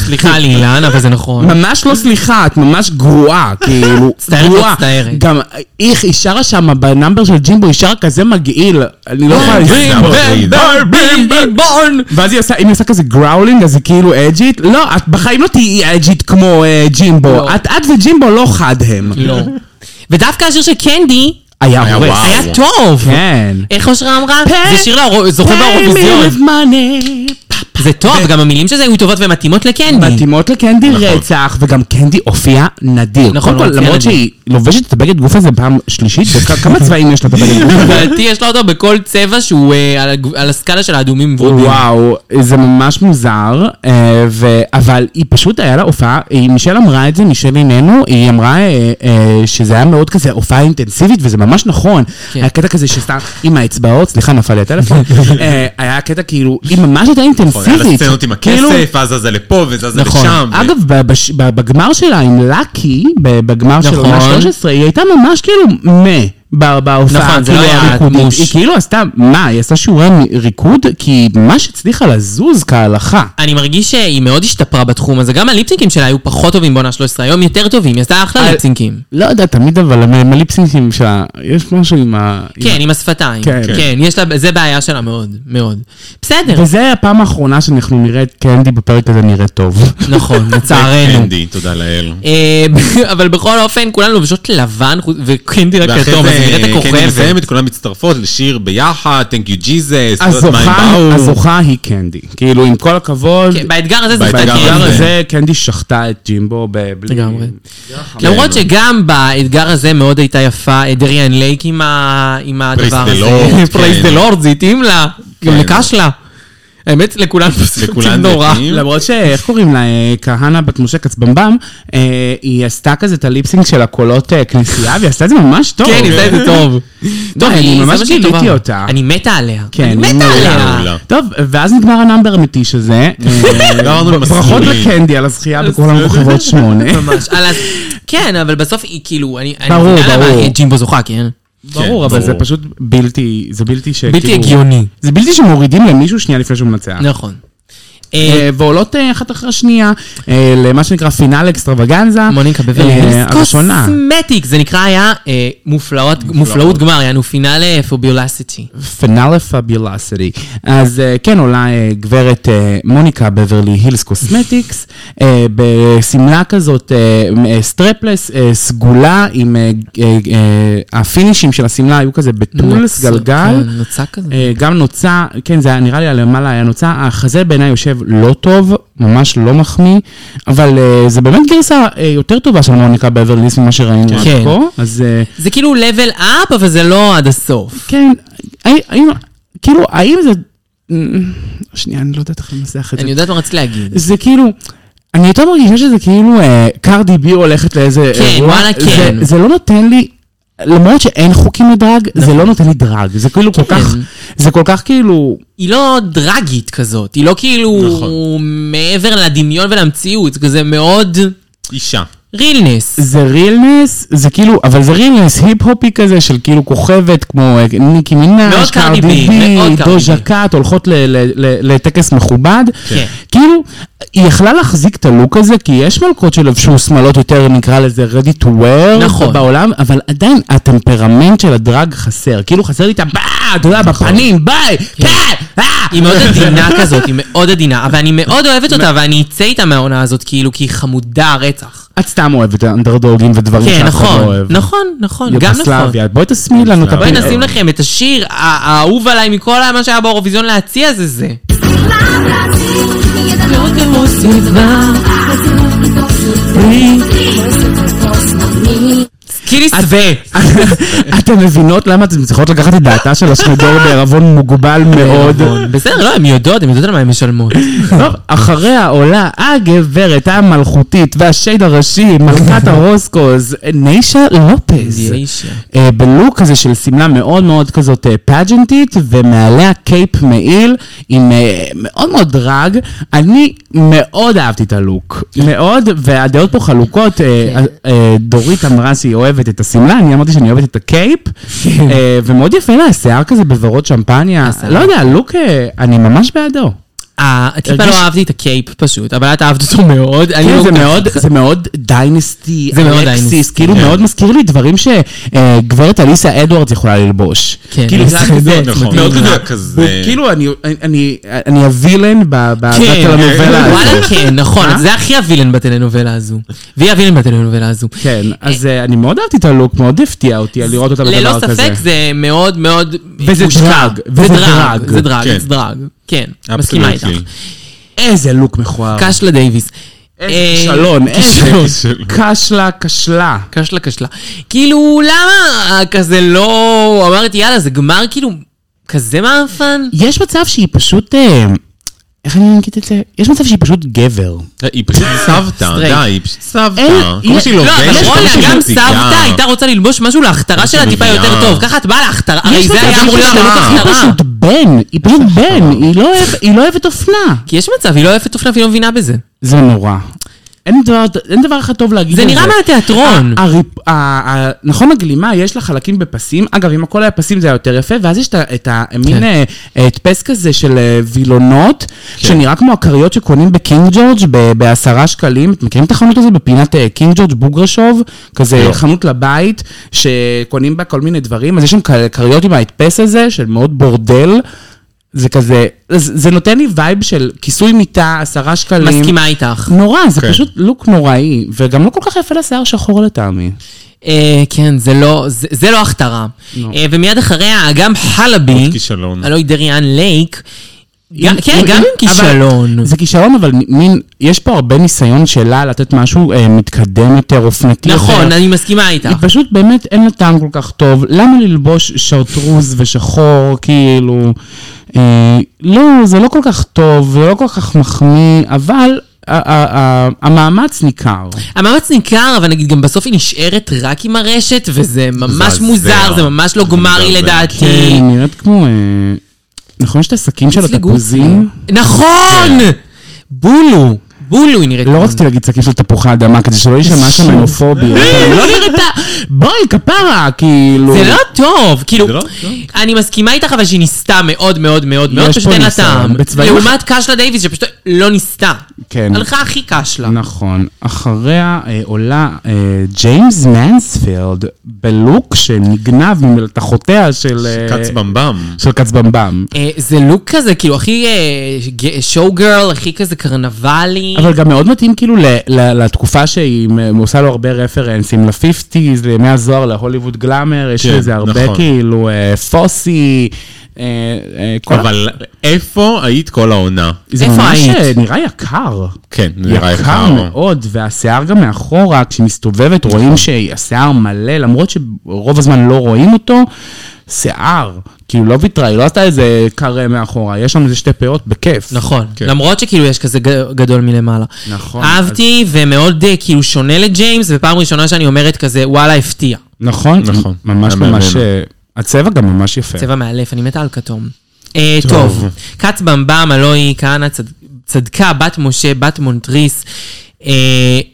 B: סליחה על אילן, אבל זה נכון.
C: ממש לא סליחה, את ממש גרועה, כאילו,
B: [laughs] מצטערת,
C: גרועה.
B: מצטערת.
C: גם איך, היא שרה שם בנאמבר של ג'ימבו, היא שרה כזה מגעיל, אני לא יכולה...
B: אה,
D: זה
C: לסבול.
D: המחריד.
B: בורן!
C: ואז היא עושה, אם היא עושה כזה גראולינג, אז היא כאילו אג'ית. לא, את בחיים לא תהיי אג'ית כמו אה, ג'ימבו.
B: לא.
C: את את וג'ימבו לא חד הם.
B: לא. ודווקא השיר של קנדי
C: היה
D: היה
C: הורס.
D: וואו.
B: היה טוב.
C: כן.
B: איך אושרה אמרה?
C: פן-
B: זה שיר לאור- זוכה
C: Pay me
B: באירוויזיון.
C: with money. Pa,
B: זה טוב, גם המילים של זה היו טובות ומתאימות לקנדי.
C: מתאימות לקנדי
D: נכון.
C: רצח, וגם קנדי הופיעה נדיר.
B: נכון,
C: קודם כל,
B: הופיעה
C: למרות
B: נדיר.
C: שהיא לובשת את הבגד גוף הזה פעם שלישית, וכ- כמה צבעים יש לה בבגד
D: [laughs]
C: גוף?
B: לדעתי יש לה אותו בכל צבע שהוא אה, על הגב- על הסקאלה של האדומים ורודים.
C: וואו, זה ממש מוזר, אה, ו... אבל היא פשוט היה לה הופעה, היא- מישל אמרה את זה, מישל איננו, היא אמרה אה, אה, שזה היה מאוד כזה הופעה אינטנסיבית, וזה ממש נכון.
B: כן.
C: היה קטע כזה שסתם, עם האצבעות, סליחה, נפל לי
D: [laughs]
C: הטלפון, אה, היה קטע כאילו, היא ממש הייתה
D: נכון, היה לה
C: אינטנסיבית.
D: סצנות עם
C: כאילו,
D: הכסף, אז זזה לפה וזזה
B: נכון.
D: לשם. ו-
C: אגב, ב- בש- ב- בגמר שלה עם לקי, ב- בגמר של
B: נכון.
C: עונה 13, היא הייתה ממש כאילו מה. ב- בהופעה,
B: נכון, זה
C: כאילו
B: לא היה
C: הריקודית.
B: דמוש.
C: היא כאילו עשתה, מה, היא עשתה שיעורי מ- ריקוד? כי היא ממש הצליחה לזוז כהלכה.
B: אני מרגיש שהיא מאוד השתפרה בתחום הזה, גם הליפסינקים שלה היו פחות טובים בעונה 13, היום יותר טובים, היא עשתה אחלה
C: על-
B: ליפסינקים.
C: לא יודע, תמיד אבל עם- עם הליפסינקים שלה, יש משהו עם ה...
B: כן, עם השפתיים.
C: כן.
B: כן, יש לה, זה בעיה שלה מאוד, מאוד. בסדר,
C: וזה הפעם האחרונה שאנחנו נראה את קנדי בפרק הזה נראה
B: [laughs]
C: טוב. [laughs]
B: נכון, לצערנו.
D: קנדי, תודה לאל.
B: אה, [laughs] אבל בכל אופן, כולן לובשות לבן, חוץ- וכן רק
D: ואחרי
B: כתום, אז היא
D: זה
B: נראית
D: קנדי
B: הכוכבת.
D: מסיימת, כולם מצטרפות לשיר ביחד, Thank you Jesus, לא יודעת מה הם
C: הזוכה, [laughs]
D: באו.
C: הזוכה היא קנדי. כאילו, עם כל הכבוד,
B: כן, באתגר הזה זה
D: באתגר
B: קנדי.
C: באתגר
D: לגמרי.
C: הזה קנדי שחטה את ג'ימבו בבלי...
B: לגמרי.
C: אה,
D: כן.
B: למרות שגם באתגר הזה מאוד הייתה יפה אה, דריאן לייק עם ה- עם הדבר
D: Praise the
B: הזה. [laughs]
D: Lord,
B: פרייס דה
D: כן.
B: לורד, זה התאים לה, גם
D: כן.
B: לקשלה. האמת, לכולן פספסים
D: לכולן זה
B: נורא.
D: התאים.
C: למרות שאיך קוראים לה, אה, כהנא בת משה קצבמבם, אה, היא עשתה כזה את הליפסינג של הקולות אה, כנסייה, והיא עשתה את זה ממש טוב.
B: כן, היא עשתה את זה טוב. טוב,
C: אני
B: היא- זה
C: ממש
B: מה שהיא
C: גיליתי
B: טובה.
C: אותה.
B: אני מתה עליה.
C: כן,
B: אני
C: היא
B: מתה
C: מעולה.
B: עליה.
D: מעולה.
C: טוב, ואז נגמר הנאמבר המתיש הזה.
B: [laughs]
C: אה,
D: עברנו למסלולים.
C: ברכות לקנדי על הזכייה בכל המרחבות שמונה.
B: [laughs] ממש. על ה- כן, אבל בסוף היא כאילו, אני... אני
C: ברור,
B: מבינה למה
C: ברור.
B: ג'ימבו זוכה, כן?
C: ברור, אבל זה פשוט בלתי, זה בלתי ש...
B: בלתי
C: כאילו-
B: הגיוני.
C: זה בלתי שמורידים למישהו שנייה לפני שהוא מנצח.
B: נכון. אה,
C: אה, ועולות אה, אחת אחרי השנייה אה, למה שנקרא פינאל אקסטרווגנזה.
B: מוניקה בברלי
C: אה,
B: הילס
C: הראשונה.
B: קוסמטיק, זה נקרא היה אה, מופלאות, מופלאות גמר, יענו פינאלה פוביולסיטי.
C: פנאלה פביולסיטי. אז אה, כן, עולה אה, גברת אה, מוניקה בברלי הילס קוסמטיקס, אה, בשמלה כזאת אה, אה, סטרפלס, אה, סגולה עם... אה, אה, אה, הפינישים של השמלה היו כזה בטולס, גלגל.
B: כן, נוצה כזה.
C: אה, גם נוצה, כן, זה היה נראה לי למעלה היה נוצה, החזה בעיניי יושב לא טוב, ממש לא מחמיא, אבל אה, זה באמת גרסה אה, יותר טובה של מוניקה בברליס ממה שראינו עד
B: כן.
C: כה, אז אה,
B: זה כאילו level up, אבל זה לא עד הסוף.
C: כן, האם- האם, כאילו, האם זה... אה, שנייה, אני לא יודעת איך לנסח את זה.
B: אני יודעת מה רציתי להגיד.
C: זה כאילו... אני יותר מרגישה שזה כאילו אה, קרדי בי הולכת לאיזה
B: כן,
C: אירוע.
B: וואלה, כן.
C: זה, זה לא נותן לי, למרות שאין חוקים לדרג, זה
B: נכון.
C: לא נותן לי דרג. זה כאילו כל
B: כן.
C: כך, זה כל כך כאילו,
B: היא לא דרגית כזאת, היא לא כאילו
D: נכון.
B: מעבר לדמיון ולמציאות, זה כזה מאוד
D: אישה.
B: אה, רילנס.
C: זה רילנס, זה כאילו, אבל זה רילנס היפ-הופי כזה של כאילו כוכבת כמו אה, ניקי
B: מאוד
C: מינאש,
B: קרדי
C: קרדי
B: בי, מאוד
C: בי,
B: קרדי
C: דוז'ה
B: בי.
C: קאט, הולכות ל- ל- ל- לטקס מכובד.
B: כן.
C: כאילו, היא יכלה להחזיק את הלוק הזה, כי יש מלכות שלבשו שמלות יותר, נקרא לזה ready to wear,
B: נכון.
C: בעולם, אבל עדיין הטמפרמנט של הדרג חסר. כאילו חסר לי את הבא, אתה יודע,
B: נכון.
C: בפנים, ביי, כן, אה.
B: היא מאוד
C: [laughs]
B: עדינה כזאת, היא מאוד עדינה, אבל אני מאוד אוהבת אותה, ואני אצא איתה מהעונה הזאת, כאילו, כי היא חמודה רצח.
C: את סתם אוהבת אנדרדוגים ודברים
B: כן,
C: שאף אחד לא
B: נכון,
C: אוהב.
B: נכון, נכון, גם נכון.
C: יוגוסלביה. בואי תשמיעי לנו את
B: בואי
C: הפנים.
B: נשים לכם את השיר הא- האהוב עליי מכל מה שהיה באירוויזיון להציע זה זה. סקילי סווה.
C: [laughs] אתן מבינות למה אתן צריכות לקחת את דעתה של השמדור בערבון מוגבל מאוד.
B: בסדר, לא, הן יודעות, הן יודעות על מה הן
C: [laughs]
B: משלמות.
C: טוב, אחריה עולה הגברת המלכותית והשייד הראשי, מלכת הרוסקוז, ניישה לופז.
B: ניישה.
C: אה, בלוק כזה של שמלה מאוד מאוד כזאת אה, פאג'נטית, ומעליה קייפ מעיל עם אה, מאוד מאוד דרג. אני מאוד אהבתי את הלוק, מאוד, והדעות פה חלוקות. אה, אה, דורית אמרה שהיא אוהבת את השמלה, אני אמרתי שאני אוהבת את הקייפ, אה, ומאוד יפה לה, השיער כזה בוורוד שמפניה. לא יודע, הלוק, אה, אני ממש בעדו.
B: אה, טיפה
C: הרגיש-
B: לא אהבתי את הקייפ פשוט, אבל את אהבת אותו [laughs] מאוד. אני
C: כן,
B: לא-
C: זה מאוד, זה מאוד דיינסטי,
B: זה מאוד
C: אלקסיס,
B: דיינסטי,
C: כאילו מאוד מזכיר לי דברים שגברת אליסה אדוארדס יכולה ללבוש.
B: כן,
C: כאילו
B: זה
C: זה כזה,
B: נכון,
C: צמדים.
D: מאוד
C: הוא-
D: רק כזה.
C: הוא- כאילו אני- אני- אני הווילן ב- ב- בטלנובלה הזאת.
B: כן. וואלה כן, נכון,
C: אה?
B: זה הכי הווילן בטלנובלה הזו. והיא הווילן בטלנובלה הזו.
C: כן, אז אה, אני מאוד אהבתי את הלוק, מאוד הפתיע אותי על לראות אותה
B: ללא
C: בדבר כזה.
B: ספק זה מאוד מאוד...
C: וזה
B: מושקע.
C: דרג,
B: זה
C: וזה
B: דרג,
C: דרג.
B: זה דרג,
D: כן.
B: זה דרג, כן, מסכימה איתך.
D: Absolutely.
C: איזה לוק מכוער.
B: קשלה דייוויס. אה,
C: כן. כישלון,
B: כישלון.
C: איזה. קשלה, קשלה.
B: קשלה קשלה. כאילו, למה כזה לא... אמרתי, יאללה, זה גמר כאילו כזה מערפן?
C: יש מצב שהיא פשוט... אה, איך אני אגיד את זה? יש מצב שהיא פשוט גבר.
D: היא פשוט סבתא,
B: סטרייט.
D: די, היא פשוט סבתא.
C: אין-
D: כמו
C: יש-
D: שהיא
B: לא,
D: לובשת,
B: אבל
D: כמו
B: רונה,
D: שהיא
B: גם
D: מציגה.
B: סבתא הייתה רוצה ללבוש משהו להכתרה שלה טיפה
D: מביאה.
B: יותר טוב. ככה את באה להכתרה, הרי
C: יש
B: זה
C: מצב
B: היה כאילו אמור
C: שהיא
B: להיות
C: פשוט-
B: עלות
C: היא
B: הכתרה.
C: פשוט בן, היא פשוט בן, היא לא אוהב- היא לא אוהבת אופנה.
B: כי יש מצב, היא לא אוהבת אופנה והיא לא מבינה בזה.
C: זה נורא. אין דבר, אין דבר אחד טוב להגיד
B: זה
C: על
B: נראה מהתיאטרון.
C: אה, הריפ- ה- ה- נכון, הגלימה, יש לה חלקים בפסים. אגב, אם הכל היה פסים זה היה יותר יפה, ואז יש את ה- את המין
B: כן. כן.
C: הדפס כזה של אה, וילונות, שנראה כמו הכריות שקונים בקינג ג'ורג' ב- בעשרה שקלים. אתם מכירים את החנות הזו בפינת אה, קינג ג'ורג' בוגרשוב?
B: לא.
C: כזה חנות לבית, שקונים בה כל מיני דברים. אז יש שם כ- כריות עם ההדפס הזה, של מאוד בורדל. זה כזה, זה זה נותן לי וייב של כיסוי מיטה, עשרה שקלים.
B: מסכימה איתך.
C: נורא, זה
D: כן.
C: פשוט לוק נוראי, וגם לא כל כך יפה לשיער שחור לטעמי.
B: אה, כן, זה לא, זה, זה לא הכתרה. אה, ומיד אחריה, גם חלבי,
D: עוד כישלון.
B: הלוא היא דריאן לייק, גם, כן, גם עם
C: אבל-
B: כישלון.
C: זה כישלון, אבל מין, יש פה הרבה ניסיון שלה לתת משהו אה, מתקדם יותר, אופנתי יותר.
B: נכון, אני מסכימה איתך.
C: היא פשוט באמת אין לה טעם כל כך טוב. למה ללבוש שרטרוז ושחור, כאילו... אה, לא, זה לא כל כך טוב, זה לא כל כך מחמיא, אבל ה- ה- ה- המאמץ ניכר.
B: אה, המאמץ ניכר, אבל נגיד גם בסוף היא נשארת רק עם הרשת, וזה ממש
D: מזעזע.
B: מוזר, זה ממש לא גמרי
D: מזעזע.
C: כן,
B: לדעתי.
C: היא נראית כמו... אה, נכון יש את השקים של
B: אצלי גוף.
C: התפוזים?
B: נכון!
D: כן.
B: בולו, בולו היא נראית.
C: לא
B: כמו-
C: רציתי להגיד שקים של תפוחי אדמה, כדי שלא יישמע שם הומופובי. אבל לא נראית... בואי, כפרה, כאילו...
B: אה! זה לא טוב, כאילו,
D: זה לא טוב.
B: אני מסכימה איתך אבל שהיא ניסתה מאוד מאוד מאוד מאוד,
C: יש
B: פשוט
C: פה
B: אין לה
C: ניסיון.
B: טעם.
C: בצבעים-
B: לעומת קשלה דייוויס שפשוט לא ניסתה.
C: כן.
B: הלכה הכי קשלה.
C: נכון. אחריה אה, עולה אה, ג'יימס מנספילד בלוק שנגנב ממלתחותיה של... אה,
D: כץ במבם.
C: של כץ במבם.
B: אה, זה לוק כזה, כאילו, הכי שואו גרל, הכי כזה קרנבלי.
C: אבל גם מאוד מתאים כאילו ל- ל- לתקופה שהיא מ- עושה לו הרבה רפרנסים, ל-50's, לימי הזוהר, להוליווד גלאמר, יש
D: כן,
C: לזה הרבה
D: נכון.
C: כאילו אה, פוסי, אה, אה, כל...
D: אבל איפה היית כל העונה?
C: זה
B: איפה
C: ממש
B: היית?
C: אה, נראה יקר.
D: כן, נראה
C: יקר
D: יקר.
C: מאוד, והשיער גם מאחורה, כשהיא מסתובבת רואים שהשיער מלא, למרות שרוב הזמן לא רואים אותו, שיער, כאילו לא ויתרה, היא לא עשתה איזה קרה מאחורה, יש שם איזה שתי פאות בכיף.
B: נכון,
D: כן.
B: למרות שכאילו יש כזה ג- גדול מלמעלה.
C: נכון,
B: אהבתי ומאוד אה, כאילו שונה לג'יימס, ופעם ראשונה שאני אומרת כזה, וואלה, הפתיע.
C: נכון,
D: נכון.
C: ממש
D: היה
C: ממש,
D: מהמם.
C: אה, הצבע גם ממש יפה.
B: צבע מאלף, אני מתה על כתום. אה, טוב, כץ במבם, הלוא היא כהנא צד- צדקה, בת משה, בת מונטריס. אה,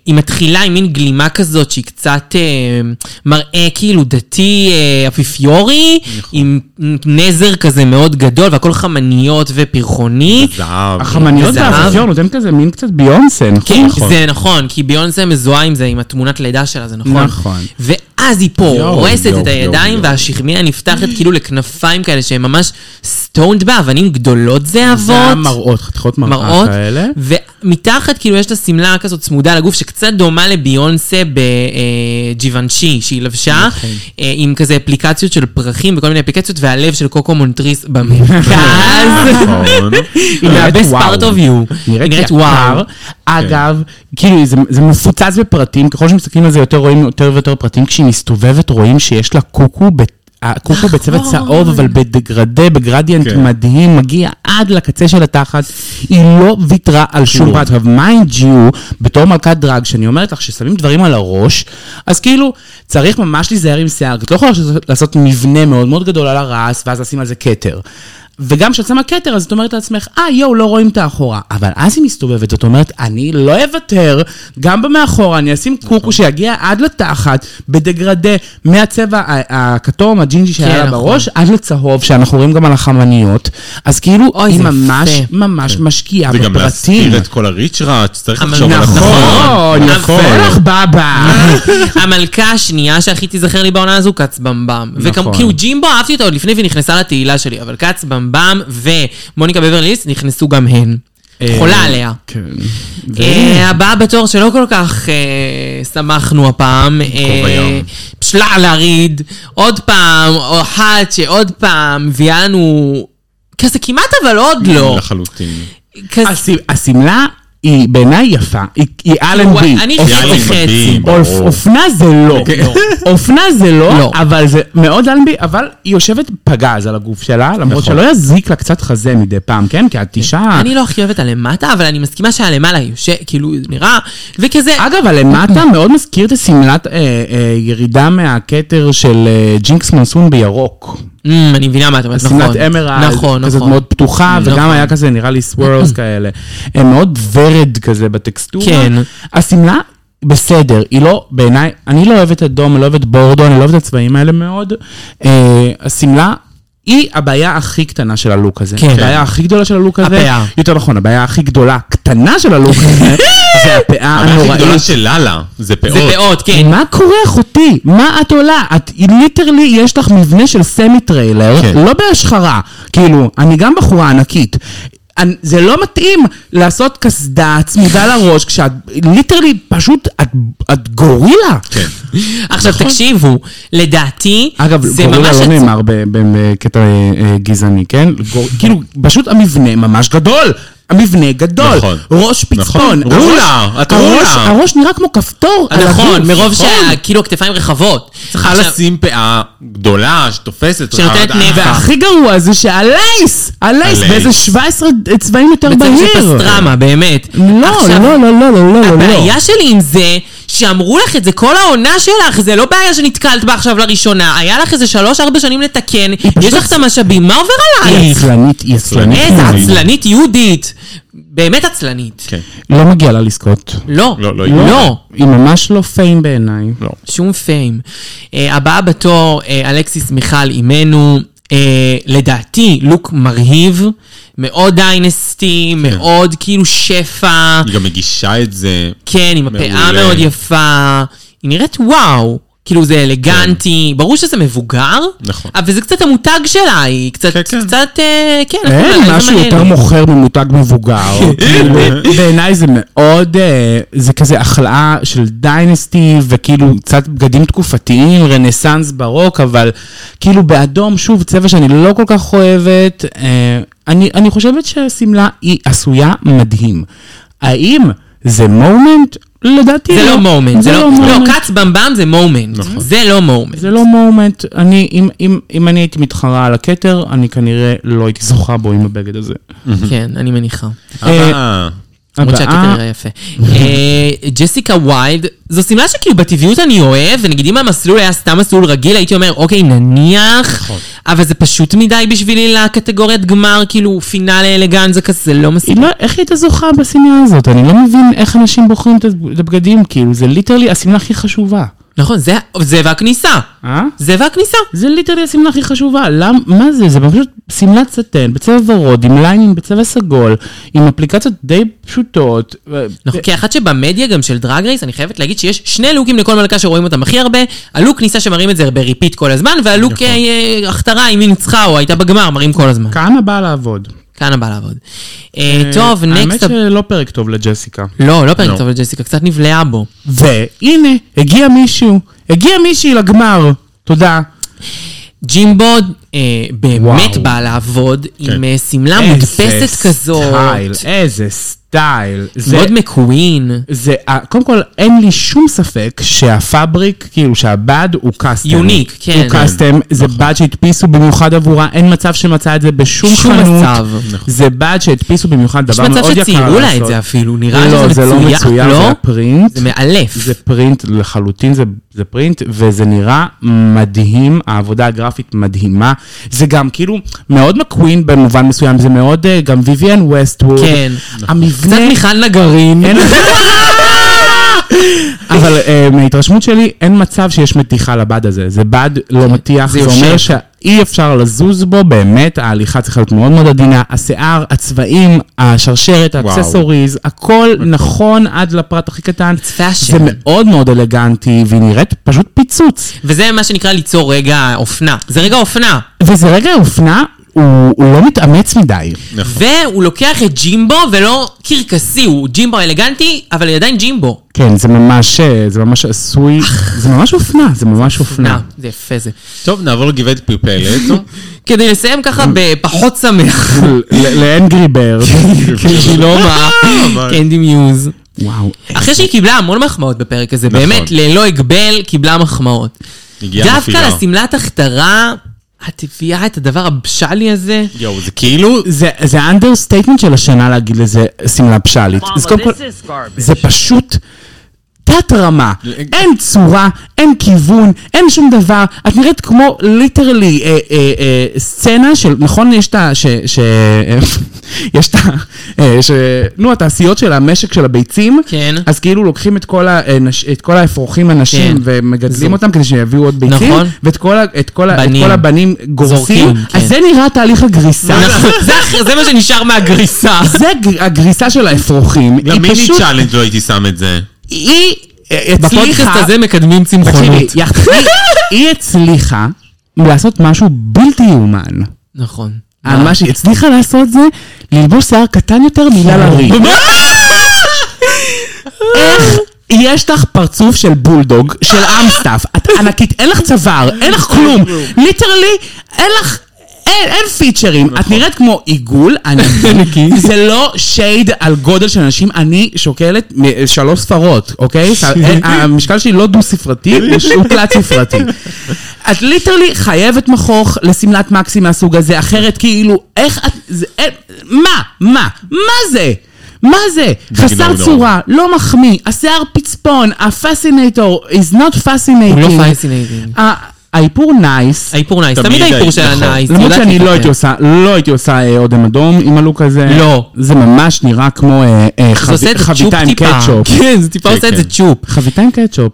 B: היא מתחילה עם מין גלימה כזאת שהיא קצת אה, מראה כאילו דתי אה, אפיפיורי, עם נזר כזה מאוד גדול והכל חמניות ופרחוני.
D: זהב.
C: החמניות
B: זהב.
C: והאפיפיור נותן כזה מין קצת ביונסה,
B: כן,
C: נכון?
B: זה נכון, כי ביונסה מזוהה עם זה, עם התמונת לידה שלה, זה נכון.
C: נכון.
B: ואז היא פה
D: יואו,
B: הורסת
D: יואו,
B: את הידיים,
D: יואו, יואו.
B: והשכמיה נפתחת כאילו לכנפיים כאלה שהן ממש סטונד באבנים גדולות
C: זה
B: זהבות.
C: המראות, חתיכות מראה
B: מראות,
C: כאלה.
B: ומתחת כאילו יש לה שמלה כזאת צמודה לגוף שקצת דומה לביונסה בג'יוונשי שהיא לבשה,
D: נכון.
B: אה, עם כזה אפליקציות של פרחים וכל מיני אפליקציות, והלב של קוקו מונטריס במרכז.
D: [laughs] נכון.
C: היא נראית
B: ה-best
C: וואו.
B: part of you.
C: נראית,
B: נראית
C: יקר.
B: וואו.
C: אגב, כאילו, זה, זה מפוצץ בפרטים, ככל שמסתכלים על זה יותר רואים יותר ויותר פרטים, כשהיא מסתובבת רואים שיש לה קוקו, ב,
B: נכון.
C: הקוקו בצבע צהוב, אבל בדגרדה, בגרדיאנט
D: כן.
C: מדהים, מגיע עד לקצה של התחת, היא לא ויתרה על שום
D: כלום.
C: פרט. עכשיו, מיינד יו, בתור מלכת דרג, שאני אומרת לך ששמים דברים על הראש, אז כאילו, צריך ממש להיזהר עם שיער, את לא יכולה לעשות- לעשות מבנה מאוד מאוד גדול על הרס, ואז לשים על זה כתר. וגם כשאת שמה כתר, אז את אומרת לעצמך, אה, יואו, לא רואים את האחורה. אבל אז היא מסתובבת, את אומרת, אני לא אוותר, גם במאחורה, אני אשים קוקו שיגיע עד לתחת, בדגרדה, מהצבע ה- הכתום, הג'ינג'י
B: כן,
C: שהיה לה
B: נכון.
C: בראש, עד לצהוב, שאנחנו רואים גם על החמניות. אז כאילו,
B: אוי,
C: היא
B: זה
C: ממש
B: יפה.
C: ממש משקיעה
D: כן. זה גם
C: בפרטים.
D: להסתיר את כל הריצ'ראץ', צריך
B: אבל
D: לחשוב על
B: נכון.
D: התחום.
C: נכון, יפה לך
B: לא
C: בבא.
D: [laughs]
B: [laughs] המלכה השנייה שהכי תיזכר לי בעונה הזו, כץ במבם.
C: נכון.
B: וכאילו כאילו, ג'ימבו, אהבתי אותה עוד לפני והיא נכנסה לתהילה שלי, אבל כץ במבם ומוניקה בברליס נכנסו גם הן. חולה עליה.
C: כן.
B: אה, הבאה בתור שלא כל כך אה, שמחנו הפעם. אה,
D: ים.
B: פשלה להריד, עוד פעם, או אחת שעוד פעם, מביאה לנו... כזה כמעט אבל עוד לא.
D: נכון. לחלוטין.
B: כזה-
C: הש- השמלה היא בעיניי יפה, היא- היא אלנבי.
B: וואי, אני חצי חצי.
D: מדהים.
C: אופ-
D: ברור.
C: אופנה זה לא.
D: כן.
C: [laughs] אופנה זה
B: לא.
C: לא, אבל זה מאוד אלנבי, אבל היא יושבת פגז על הגוף שלה,
D: נכון.
C: למרות שלא יזיק לה קצת חזה מדי פעם, כן? כי את אישה...
B: אני לא הכי אוהבת הלמטה, אבל אני מסכימה שהלמעלה יושב, כאילו, נראה, וכזה,
C: אגב, הלמטה מאוד מזכיר את השמלת אה, אה, ירידה מהכתר של אה, ג'ינקס מונסון בירוק.
B: אמ, אני מבינה מה את אומרת, נכון.
C: שמלת אמרלד,
B: נכון,
C: כזאת
B: נכון.
C: מאוד פתוחה,
B: נכון.
C: וגם היה כזה, נראה לי סוורלס כאלה. הם מאוד ורד כזה בטקסטורה.
B: כן.
C: השמלה, בסדר, היא לא, בעיניי, אני לא אוהבת אדום, אני לא אוהבת בורדו, אני לא אוהבת את הצבעים האלה מאוד. אה, השמלה... היא הבעיה הכי קטנה של הלוק הזה.
B: כן.
C: הבעיה הכי גדולה של הלוק הזה.
B: הפאה.
C: יותר נכון, הבעיה הכי גדולה, קטנה של הלוק
B: [laughs]
C: הזה, זה הפאה
D: הבעיה הכי גדולה
C: הנוראית
D: של לאללה, זה פאות.
B: זה פאות, כן.
C: מה קורה אחותי? מה את עולה? את ליטרלי יש לך מבנה של סמי טריילר,
D: כן.
C: לא בהשחרה. כאילו, אני גם בחורה ענקית. אני- זה לא מתאים לעשות קסדה צמודה לראש כשאת ליטרלי פשוט את, את גורילה.
D: כן.
B: עכשיו תקשיבו, לדעתי,
C: אגב,
B: זה
C: גורילה
B: ממש...
C: לא
B: הצ-
C: נאמר ב- ב- בקטע אה, אה, גזעני, כן? גור- כאילו, פשוט המבנה ממש גדול. המבנה גדול,
D: נכון.
C: ראש
D: נכון.
C: פצפון, הראש-
D: רולר, את
C: הראש-
D: רולר.
C: הראש נראה כמו כפתור על
B: נכון,
C: הגוף.
B: מרוב שכאילו הכתפיים רחבות.
D: צריכה
B: עכשיו-
D: לשים פאה גדולה שתופסת.
B: שנותנת
D: אה,
B: נפח.
D: אה,
C: הכי גרוע זה שהלייס, הלייס
D: הלייס.
C: באיזה 17 צבעים יותר
B: בצד של
C: בהיר.
B: פסטרמה, באמת.
C: לא,
B: עכשיו,
C: לא, לא, לא, לא, לא, לא.
B: הבעיה שלי עם זה, שאמרו לך את זה כל העונה שלך, זה לא בעיה שנתקלת בה עכשיו לראשונה. היה לך איזה שלוש-ארבע שנים לתקן, יש לך את המשאבים, מה עובר
C: היא
B: עלייך?
C: עצלנית, היא עצלנית.
B: איזה עצלנית יהודית. באמת עצלנית.
D: כן.
C: לא מגיע לה לזכות.
B: לא,
D: לא, לא,
B: לא.
C: היא ממש לא פיין בעיניי. לא.
B: שום פיים. אה, הבאה בתור, אה, אלכסיס מיכל אימנו. אה, לדעתי, לוק מרהיב, מאוד דיינסטי, מאוד כאילו שפע,
D: כן. היא גם מגישה את זה.
B: כן, עם הפאה
D: מעולה.
B: מאוד יפה, היא נראית וואו. כאילו זה אלגנטי, ברור שזה מבוגר,
D: כן. נכון.
B: אבל זה קצת המותג שלה, היא קצת,
D: כן, כן.
B: קצת, אה, כן,
C: אין
B: זה
C: משהו
B: מעניין.
C: יותר מוכר ממותג מבוגר.
B: [laughs]
C: כאילו, בעיניי זה מאוד, אה, זה כזה החלאה של דיינסטי, וכאילו קצת בגדים תקופתיים, רנסאנס ברוק, אבל כאילו באדום, שוב, צבע שאני לא כל כך אוהבת. אה, אני, אני חושבת שהשמלה היא עשויה מדהים. האם זה מומנט? לדעתי
B: זה לא מומנט, זה לא, לא,
C: moment.
B: כץ במבם זה מומנט, זה לא מומנט.
C: זה לא מומנט, אני, אם, אם, אם אני הייתי מתחרה על הכתר, אני כנראה לא הייתי זוכה בו עם הבגד הזה.
B: כן, אני מניחה.
D: אה,
B: למרות
C: הבאה-
B: שהקטע נראה יפה. אה, ג'סיקה ויילד, זו שמלה שכאילו בטבעיות אני אוהב, ונגיד אם המסלול היה סתם מסלול רגיל, הייתי אומר, אוקיי, נניח, אבל זה פשוט מדי בשבילי לקטגוריית גמר, כאילו פינאלה אלגנזה כזה, זה לא מספיק.
C: היא לא, איך היא הייתה זוכה בשמלה הזאת? אני לא מבין איך אנשים בוחרים את הב- את הבגדים, כאילו, זה ליטרלי השמלה הכי חשובה.
B: נכון, זה- זה והכניסה.
C: אה?
B: זה והכניסה.
C: זה ליטרלי השמלה הכי חשובה, למ, מה זה? זה פשוט שמלת סטן בצבע ורוד, עם ליינינג בצבע סגול, עם אפליקציות די פשוטות. אה,
B: נכון, כאחת שבמדיה גם של דרג רייס, אני חייבת להגיד שיש שני לוקים לכל מלכה שרואים אותם הכי הרבה, הלוק כניסה שמראים את זה בריפיט כל הזמן,
C: נכון.
B: והלוק אה, אה, הכתרה, אם היא ניצחה או הייתה בגמר, מראים כל הזמן.
C: כהנא באה לעבוד.
B: כאן הבא לעבוד. אה, טוב,
C: האמת
B: נקסט...
C: שלא פרק טוב לג'סיקה.
B: לא, לא פרק טוב לג'סיקה, קצת נבלעה בו.
C: והנה, הגיע מישהו, הגיע מישהי לגמר, תודה.
B: ג'ימבו אה, באמת
C: וואו. כן.
B: באה לעבוד עם אה, שמלה
C: איזה
B: מודפסת כזאת,
C: סטייל, איזה סטייל. זה-
B: מאוד מקווין.
C: זה, אה, קודם כל, אין לי שום ספק שהפאבריק, כאילו שהבד הוא קאסטם.
B: יוניק, כן.
C: הוא קאסטם, זה בד שהדפיסו במיוחד עבורה, אין מצב שמצא את זה בשום
B: שום
C: חנות. נכון.
B: מצב.
C: זה בד שהדפיסו במיוחד,
B: יש
C: דבר מאוד יקר
B: מצב
C: לעשות.
B: שציירו לה את זה אפילו, נראה שזה
C: לא, זה לא
B: מצויר-
C: מצויר,
B: לא?
C: זה הפרינט.
B: זה מאלף.
C: זה פרינט לחלוטין, זה, זה פרינט, וזה נראה מדהים, העבודה הגרפית מדהימה. זה גם כאילו מאוד מקווין במובן מסוים, זה מאוד אה, גם ויויאן ווסטווד.
B: כן.
C: המבנה...
B: קצת מיכל נגרין. [laughs]
C: אבל אה, מההתרשמות שלי, אין מצב שיש מתיחה לבד הזה. זה בד לא מתיח,
B: זה
C: זה אומר
B: יושב.
C: שאי אפשר לזוז בו, באמת, ההליכה צריכה להיות מאוד מאוד עדינה. השיער, הצבעים, השרשרת,
D: וואו.
C: האקססוריז, הכל נכון עד לפרט הכי קטן.
B: fashion.
C: זה מאוד מאוד אלגנטי, והיא נראית פשוט פיצוץ.
B: וזה מה שנקרא ליצור רגע אופנה. זה רגע אופנה.
C: וזה רגע אופנה הוא הוא לא מתאמץ מדי.
D: נכון.
B: והוא לוקח את ג'ימבו ולא קרקסי, הוא ג'ימבו אלגנטי, אבל עדיין ג'ימבו.
C: כן, זה ממש, אה, זה ממש עשוי, זה ממש אופנה, זה ממש
B: נא,
C: אופנה.
B: אה, זה יפה זה.
D: טוב, נעבור לגבעת פלפלת.
B: כדי לסיים ככה בפחות שמח.
C: לאנגרי ברד.
B: כן. [laughs] גילומה, קנדי מיוז.
C: וואו.
B: אחרי שהיא קיבלה המון מחמאות בפרק הזה, באמת, ללא הגבל קיבלה מחמאות.
D: הגיעה
B: דווקא
D: מפעילה.
B: לשמלת הכתרה, את הביאה את הדבר הבשלי הזה.
D: יואו, זה כאילו...
C: זה זה האנדרסטייטמנט של השנה להגיד לזה שמלה פשאלית. אז קודם כל, זה פשוט תת-רמה. אין צורה, אין כיוון, אין שום דבר. את נראית כמו ליטרלי אה, אה, אה, סצנה של, נכון, יש את ה... ש- ש- [laughs] אה, יש את ה... אה, ש- נו, התעשיות של המשק של הביצים.
B: כן.
C: אז כאילו לוקחים את כל, ה, אה, נש- את כל האפרוחים הנשים
B: כן.
C: ומגדלים
B: זו-
C: אותם כדי שיביאו עוד ביצים.
B: נכון.
C: ואת כל, ה- את כל, ה- את
B: בנים.
C: כל הבנים גורסים.
B: זורקים,
C: אז
B: כן.
C: זה נראה תהליך הגריסה.
B: נכון, זה הח- זה מה שנשאר מהגריסה.
C: זה הג- הגריסה של האפרוחים. היא
D: גם מיני
C: פשוט-
D: צ'אלנג' לא הייתי שם את זה.
C: היא אה,
B: בפודקאסט
C: הצליחה...
B: הזה מקדמים
C: תקשיבי,
B: צמחונות.
C: יח- היא- היא הצליחה לעשות משהו בלתי יאומן.
B: נכון.
C: מה שהיא הצליחה לעשות זה ללבוש שיער קטן יותר מילה לריב. איך יש לך פרצוף של בולדוג, של אמסטאף, את ענקית, אין לך צוואר, אין לך כלום, ליטרלי, אין לך... אין, אין פיצ'רים, את נראית כמו עיגול [laughs] ענקי, זה לא שייד על גודל של אנשים, אני שוקלת מ- אה, שלוש ספרות, אוקיי? [laughs] ס- אין- המשקל שלי לא דו-ספרתי, [laughs] הוא ש- הוא תלת-ספרתי. את ליטרלי חייבת מכוך לשמלת מקסי מהסוג הזה, אחרת כאילו, איך את... זה, אין, מה? מה? מה זה? מה זה? חסר
D: גנאו,
C: צורה, לא מחמיא, השיער פצפון, הפסינטור is not fascinating.
B: הוא לא fascinating.
C: ה- האיפור נייס.
B: האיפור נייס,
D: תמיד
B: תמיד האיפור
D: האיפור,
B: של
D: נכון.
B: הנייס. כן.
C: למרות
B: יודעת
C: שאני
B: להתאפר.
C: לא הייתי עושה, לא הייתי עושה אה, אודם אדום עם הלוק הזה.
B: לא.
C: זה ממש נראה כמו אה, אה,
B: זה עושה
C: חבי-
B: את זה צ'ופ
C: חביתה עם
B: טיפה. [laughs]
C: קטשופ.
B: כן, זה טיפה
D: כן,
B: עושה את
D: כן.
B: זה צ'ופ.
C: חביתה עם קטשופ.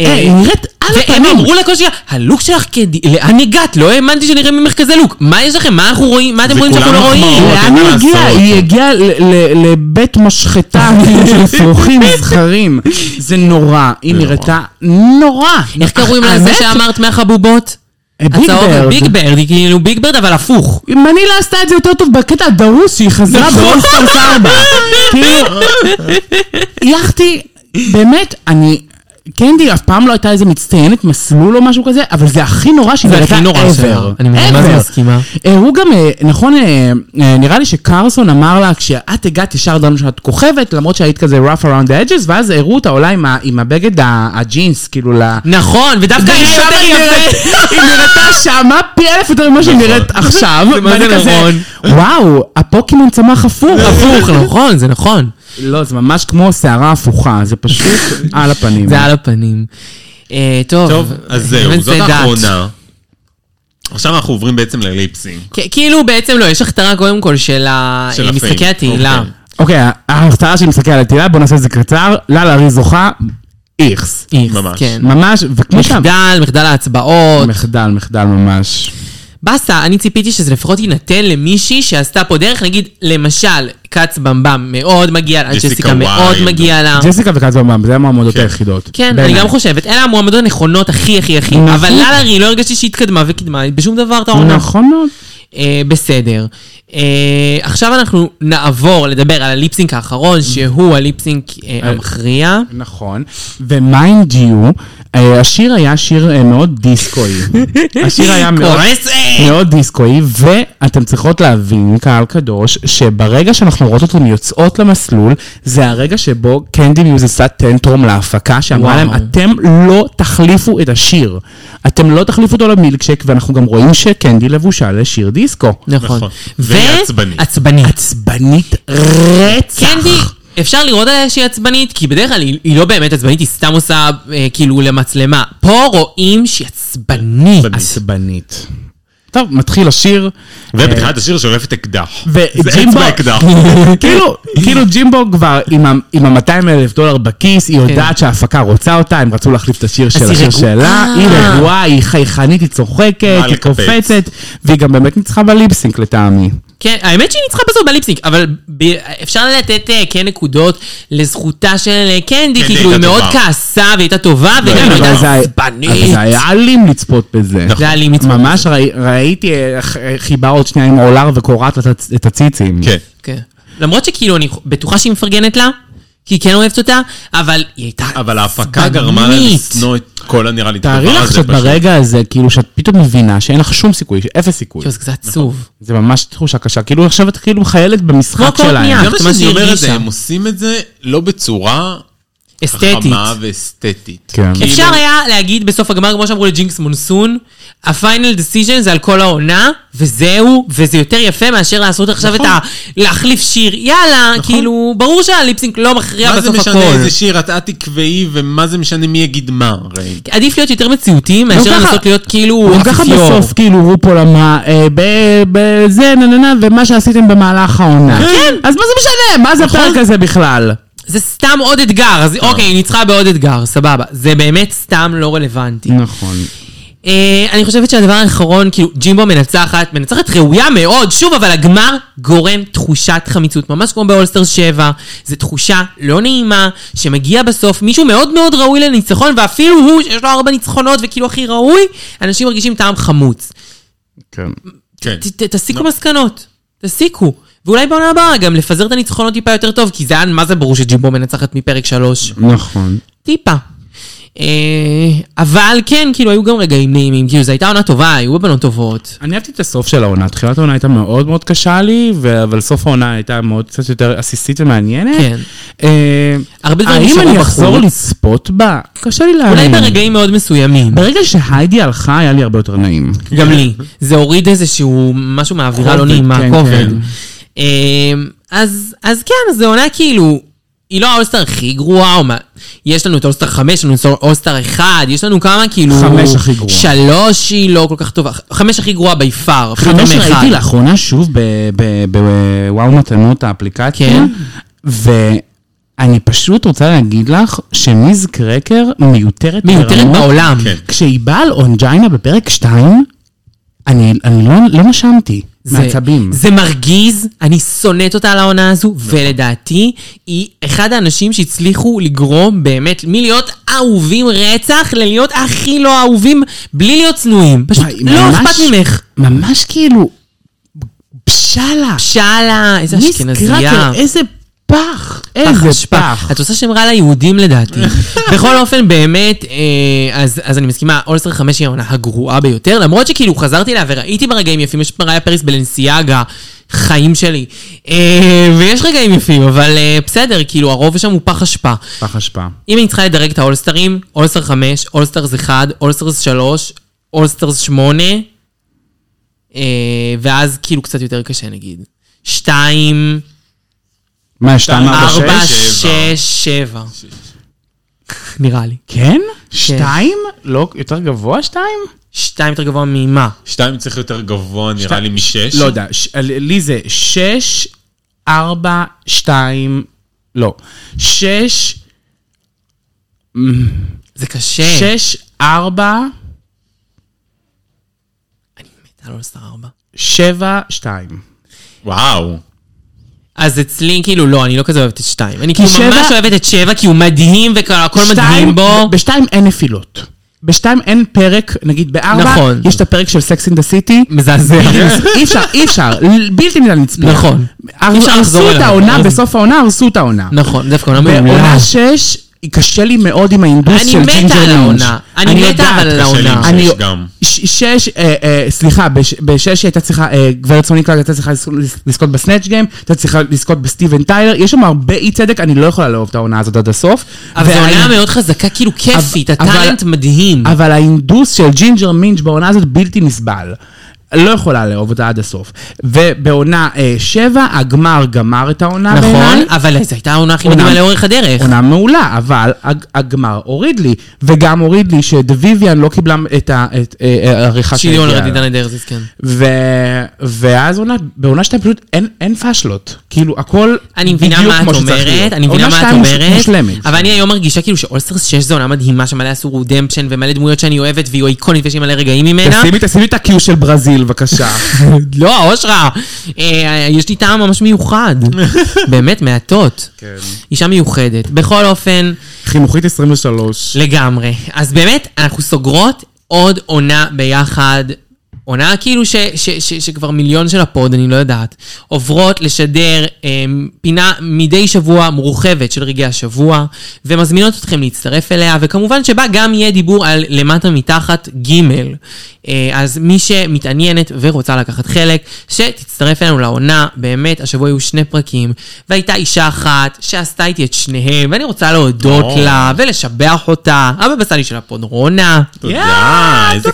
B: אה,
C: אה, היא נראית על
B: והם
C: הפנים.
B: אמרו לה כל שנייה, הלוק שלך קדי, לאן הגעת? לא האמנתי שנראה ממך כזה לוק. מה יש לכם? מה אנחנו רואים? מה אתם
D: זה
B: רואים שאנחנו
D: כולם
B: לא רואים?
D: מחמאות.
C: לאן
D: אין מה
C: היא הגיעה?
D: לעשות.
C: היא הגיעה ל- ל- לבית
B: [laughs]
C: משחטה כאילו, של אפרוחים זכרים. זה נורא, היא נראתה נורא.
D: אוקיי.
B: איך קוראים לזה
C: האמת?
B: שאמרת מהחבובות?
C: אה, ביג
B: הצהוב,
C: ברד.
B: ביג ברד, היא כאילו ביג ברד אבל הפוך.
C: מנילה לא עשתה את זה יותר טוב בקטע הדרוס שהיא חזרה
B: נכון.
C: באולסטרס 4. כאילו, יחתי, באמת, אני... קנדי אף פעם לא הייתה איזה מצטיינת מסלול או משהו כזה, אבל זה הכי נורא שהיא
B: זה הכי
C: נראתה
B: נורא
C: ever.
B: שלה. אני ממש
C: ever.
B: מסכימה.
C: אה, הוא גם, אה, נכון, אה, אה, נראה לי שקרסון אמר לה, כשאת הגעת ישר דנו שאת כוכבת, למרות שהיית כזה rough around the edges, ואז הראו אותה עולה עם ה- עם הבגד ה- הג'ינס, כאילו ל...
B: נכון, ודווקא היא
C: ושם
B: יותר
C: היא
B: יפה.
C: נראית- היא נראתה שמה פי אלף יותר ממה שהיא נראית עכשיו.
B: זה נכון. [laughs] מה
C: ואני
B: זה
C: כזה,
B: נכון.
C: וואו, הפוקימון צמח הפוך.
B: הפוך, נכון, זה נכון.
C: [laughs] לא, זה ממש כמו שערה הפוכה, זה
B: [laughs]
C: פשוט על הפנים.
B: זה על הפנים. אה, טוב.
D: טוב, אז זהו,
B: אבן
D: זאת
B: שדה דת.
D: האחרונה. עכשיו אנחנו עוברים בעצם לליפסינג.
B: כ- כאילו בעצם לא, יש הכתרה קודם כל של ה-
D: של הפיים,
B: משחקי התהילה.
D: אוקיי.
C: אוקיי, ההפתעה שלי מסתכל על התהילה, בוא נעשה את זה קצר. לאללה רי זוכה, איכס.
B: איכס,
D: אוקיי, ממש.
B: כן.
C: ממש, וכמו שם.
B: מחדל, מחדל ההצבעות.
C: מחדל, מחדל ממש.
B: באסה, אני ציפיתי שזה לפחות יינתן למישהי שעשתה פה דרך, נגיד, למשל, כץ במבם מאוד מגיע לה,
D: ג'סיקה
B: ג'סיקה מאוד
D: ויילד.
B: מגיע לה.
C: ג'סיקה וקאטומבם, זה המועמדות
D: כן.
C: היחידות.
B: אה. כן, אני
C: בעיניי.
B: גם חושבת, אלה המועמדות הנכונות הכי הכי הכי,
C: נכון.
B: אבל ללארי לא הרגשתי שהיא התקדמה וקידמה בשום דבר את העונה.
C: נכון מאוד.
B: אה, בסדר. אה, עכשיו אנחנו נעבור לדבר על הליפסינק האחרון, שהוא הליפסינק אה, המכריע.
C: נכון, ומיינד יו, השיר היה שיר אה, מאוד דיסקואי. השיר היה מאוד...
B: קורסת!
C: מאוד דיסקואי, ואתם צריכות להבין, קהל קדוש, שברגע שאנחנו רואות אותן יוצאות למסלול, זה הרגע שבו קנדי מיוז עשה טנטרום להפקה, שאמרה
B: וואו.
C: להם, אתם לא תחליפו את השיר. אתם לא תחליפו אותו למילקשק, ואנחנו גם רואים שקנדי לבושה לשיר דיסקו.
B: נכון.
D: נכון.
B: ו-
D: והיא עצבנית.
B: עצבנית.
C: עצבנית רצח.
B: קנדי, אפשר לראות עליה שהיא עצבנית, כי בדרך כלל היא, היא לא באמת עצבנית, היא סתם עושה אה, כאילו למצלמה. פה רואים שהיא עצבנית.
C: עצבנית. טוב, מתחיל השיר.
D: ובתחילת
B: אה.
D: השיר שולפת אקדח. זה
C: וג'ימבו,
D: אצבע אקדח.
C: [laughs]
B: [laughs]
C: כאילו, כאילו ג'ימבו כבר עם ה- עם ה-200 אלף דולר בכיס, היא יודעת שההפקה רוצה אותה, הם רצו להחליף את השיר של
B: כן. היא
C: השיר
B: רגועה.
C: שלה, היא רגועה, היא חייכנית, היא צוחקת, היא
D: לקפץ.
C: קופצת, והיא גם באמת ניצחה בליפסינק לטעמי.
B: כן, האמת שהיא ניצחה בסוף בליפסינג, אבל ב- אפשר לתת אה, כן נקודות לזכותה של אה, קנדי,
D: קנדי
B: כי כאילו היא
D: הייתה
B: מאוד
D: טובה.
B: כעסה והיא הייתה טובה, וגם
C: כן,
B: הייתה
C: אבל זה היה- אבל
B: עצבנית.
C: זה היה אלים לצפות בזה.
D: נכון.
B: זה היה אלים לצפות
C: ממש ראי- ראיתי איך איך היא באה עוד שנייה עם עולר וקורעת את הצ- את הציצים.
D: כן.
B: כן. למרות שכאילו אני בטוחה שהיא מפרגנת לה, כי היא כן אוהבת אותה, אבל היא הייתה
D: אבל ההפקה גרמה לה
B: עצבנית.
D: לשנוא את כל הנראה לי את
C: תארי
D: הדבר
C: לך
D: הזה
C: שאת
D: פשוט.
C: ברגע הזה, כאילו שאת פתאום מבינה שאין לך שום סיכוי, אפס סיכוי.
B: כאילו, זה קצת
D: נכון.
B: עצוב.
C: זה ממש תחושה קשה, כאילו עכשיו את כאילו חיילת במשחק
B: כמו קורטניה.
C: שלהם.
D: זה מה
B: זה מה
D: שאני
B: שהיא
D: אומר את זה,
B: הרגישה.
D: הם עושים את זה לא בצורה
B: אסתטית.
D: חכמה ואסתטית.
C: כן.
D: כאילו-
B: אפשר היה להגיד בסוף הגמר, כמו שאמרו לג'ינקס מונסון, הפיינל דיסיז'ן זה על כל העונה, וזהו, וזה יותר יפה מאשר לעשות עכשיו
D: נכון.
B: את ה... להחליף שיר, יאללה, כאילו, ברור שהליפסינק לא מכריע
D: מה זה
B: בסוף
D: משנה
B: הכל.
D: איזה שיר, את את תקבעי, ומה זה משנה מי יגיד מה, הרי.
B: עדיף להיות יותר מציאותי מאשר
C: ככה-
B: לנסות להיות כאילו
C: גם ככה
B: אפיפיור.
C: בסוף כאילו רופול אמרה, אה, ב- בזה נה נה נה, ומה שעשיתם במהלך העונה.
B: כן.
C: אז מה זה משנה? מה זה הפרק הזה בכלל?
B: זה סתם עוד אתגר,
D: נכון.
B: אז אוקיי, היא ניצחה בעוד אתגר, סבבה. זה באמת סתם לא רלוונטי.
C: נכון.
B: אה, אני חושבת שהדבר האחרון, כאילו, ג'ימבו מנצחת, מנצחת ראויה מאוד, שוב, אבל הגמר גורם תחושת חמיצות, ממש כמו באולסטר 7. זו תחושה לא נעימה, שמגיע בסוף מישהו מאוד מאוד ראוי לניצחון, ואפילו הוא, שיש לו ארבע ניצחונות וכאילו הכי ראוי, אנשים מרגישים טעם חמוץ.
C: כן.
D: כן.
B: ת- ת- תסיקו מסקנות, תסיקו. ואולי בעונה הבאה גם לפזר את הניצחונות טיפה יותר טוב, כי זה היה, מה זה ברור שג'ימבו מנצחת מפרק 3.
C: נכון.
B: טיפה. אה, אבל כן, כאילו, היו גם רגעים נעימים, כאילו, זו הייתה עונה טובה, היו בנות טובות.
C: אני אהבתי את הסוף של העונה. תחילת העונה הייתה מאוד מאוד קשה לי, ו- אבל סוף העונה הייתה מאוד קצת יותר עסיסית ומעניינת.
B: כן.
C: אה,
B: הרבה דברים
C: האם
B: נשארו
C: אני אחזור
B: בחוץ.
C: לצפות בה? קשה לי
B: אולי
C: להאמין.
B: ברגעים מאוד מסוימים.
C: ברגע שהיידי הלכה, היה לי הרבה יותר נעים.
B: גם לי. זה הוריד איזשהו משהו מהאווירה לא
C: כן. כובד,
B: נעימה,
C: כן,
B: כובד.
C: כן.
B: אה, אז אז כן, אז זו עונה כאילו, היא לא האולסטר הכי גרועה, או מה- יש לנו את האולסטר 5, יש לנו את האולסטר 1, יש לנו כמה כאילו...
C: חמש הכי גרועה.
B: שלוש היא לא כל כך טובה. חמש הכי גרועה בי פאר. אפילו
C: חמש
B: יותר מאחד.
C: ראיתי לאחרונה שוב ב- ב- בוואו מתנות האפליקציה.
B: כן.
C: ואני פשוט רוצה להגיד לך שמיז קרקר מיותרת
B: מיותרת
C: ברמות.
B: בעולם.
D: כן.
C: כשהיא באה על אונג'יינה בפרק 2, אני, אני לא, לא נשמתי
B: זה-
C: מעצבים. נכון.
B: זה מרגיז, אני שונאת אותה על העונה הזו, ולדעתי, היא אחד האנשים שהצליחו לגרום באמת מלהיות אהובים רצח ללהיות הכי לא אהובים בלי להיות צנועים. פשוט
C: וואי,
B: לא
C: ממש-
B: אכפת ממך.
C: ממש כאילו, בשאלה.
B: שאלה, איזה
C: מיס
B: אשכנזייה.
C: קרקר, איזה פח. איזה
B: פח
C: פח.
B: אשפה. את עושה שם רע ליהודים
C: [laughs]
B: לדעתי. בכל אופן, באמת, אה, אז אז אני מסכימה, אולסטר 5 היא העונה הגרועה ביותר, למרות שכאילו חזרתי אליה וראיתי ברגעים יפים, יש את מריה פריס בלנסיאגה, חיים שלי. אה, ויש רגעים יפים, אבל אה, בסדר, כאילו הרוב שם הוא פח אשפה.
C: פח אשפה.
B: אם אני צריכה לדרג את האולסטרים, אולסטר 5, אולסטרס 1, אולסטרס 3, אולסטרס 8, אה, ואז כאילו קצת יותר קשה נגיד. 2,
C: מה, שתיים, ארבע,
B: ארבע,
C: שש?
B: שש, שבע.
C: [laughs]
B: נראה לי.
C: כן? שתיים? לא, יותר גבוה שתיים?
B: שתיים יותר גבוה ממה?
D: שתיים צריך יותר גבוה, נראה לי, משש.
C: לא יודע, ש- לי זה שש, ארבע, שתיים, לא. שש,
B: זה קשה.
C: שש, ארבע,
B: אתה לא עושה ארבע.
C: שבע, שתיים.
D: וואו.
B: אז אצלי, כאילו, לא, אני לא כזה אוהבת את שתיים. אני כאילו
C: שבע-
B: ממש אוהבת את שבע, כי הוא מדהים והכל מדהים
C: שתיים-
B: בו.
C: ב- בשתיים אין נפילות. בשתיים אין פרק, נגיד בארבע,
B: נכון.
C: יש את הפרק של סקס אין דה סיטי.
B: מזעזע.
C: אי אפשר, אי אפשר, בלתי ניתן לצפות.
B: נכון. אי אפשר לחזור
C: הרסו את
B: אליו.
C: העונה,
B: אז-
C: בסוף העונה הרסו את העונה.
B: נכון, דווקא עונה מעולה.
C: בעונה שש, היא קשה לי מאוד עם האינדוס
B: אני
C: של ג'ינג'ר
B: מתה על
C: לינץ'.
B: העונה. אני מתה
C: יודעת,
B: אבל על
C: קשה
B: העונה.
D: לי עם
C: אני-
D: שש גם.
C: ש- שש, אה, אה, סליחה, בש- בשש היא הייתה צריכה, אה, גברת סוניקה הייתה צריכה לזכות- לזכות בסנאצ' גיים, הייתה צריכה לזכות בסטיבן טיילר, יש שם הרבה אי צדק, אני לא יכולה לאהוב את העונה הזאת עד הסוף.
B: אבל זו
C: והאי-
B: עונה מאוד חזקה, כאילו כיפית,
C: אבל-
B: הטאלנט מדהים.
C: אבל ההינדוס של ג'ינג'ר מינץ' בעונה הזאת בלתי נסבל. לא יכולה לאהוב אותה עד הסוף. ובעונה אה, שבע, הגמר גמר את העונה בעיניי.
B: נכון, אבל זו הייתה העונה הכי
C: עונה-
B: מדהימה לאורך הדרך.
C: עונה מעולה, אבל הג- הגמר הוריד לי, וגם הוריד לי שדוויביאן לא קיבלה את ה- את, אה, אה, העריכה
B: שיליון
C: שהגיעה לה.
B: רדידן לדרזיס, כן.
C: ו- ואז עונה, בעונה שתיים פשוט אין, אין פאשלות. כאילו, הכל
B: אני מבינה
C: בדיוק
B: מה את
C: כמו שצריך
B: אומרת,
C: להיות.
B: אני מבינה
C: עונה
B: מה את
C: שתיים מוש-
B: אומרת,
C: מושלמת.
B: אבל אני היום מרגישה כאילו שאולסטרס 6 זו עונה מדהימה, שמלא עשו רודמפשן ומלא דמויות שאני אוהבת והיא איקונית ויש לי מלא רגעים ממנה.
C: תשימי, תשימי את ה-Q של ברזיל תתחיל בבקשה.
B: [laughs] לא, אושרה, אה, יש לי טעם ממש
C: [laughs]
B: מיוחד. באמת, מעטות.
D: כן.
B: אישה מיוחדת. בכל אופן,
C: [laughs] חינוכית 23.
B: לגמרי. אז באמת, אנחנו סוגרות עוד עונה ביחד. עונה כאילו ש, ש, ש, שכבר מיליון של הפוד, אני לא יודעת. עוברות לשדר אה, פינה מדי שבוע מורחבת של רגעי השבוע, ומזמינות אתכם להצטרף אליה, וכמובן שבה גם יהיה דיבור על למטה מתחת ג' אה, אז מי שמתעניינת ורוצה לקחת חלק, שתצטרף אלינו לעונה, באמת, השבוע היו שני פרקים, והייתה אישה אחת שעשתה איתי את שניהם, ואני רוצה להודות
D: או.
B: לה. ולשבח אותה. אבא בסלי של הפון רונה.
D: תודה, איזה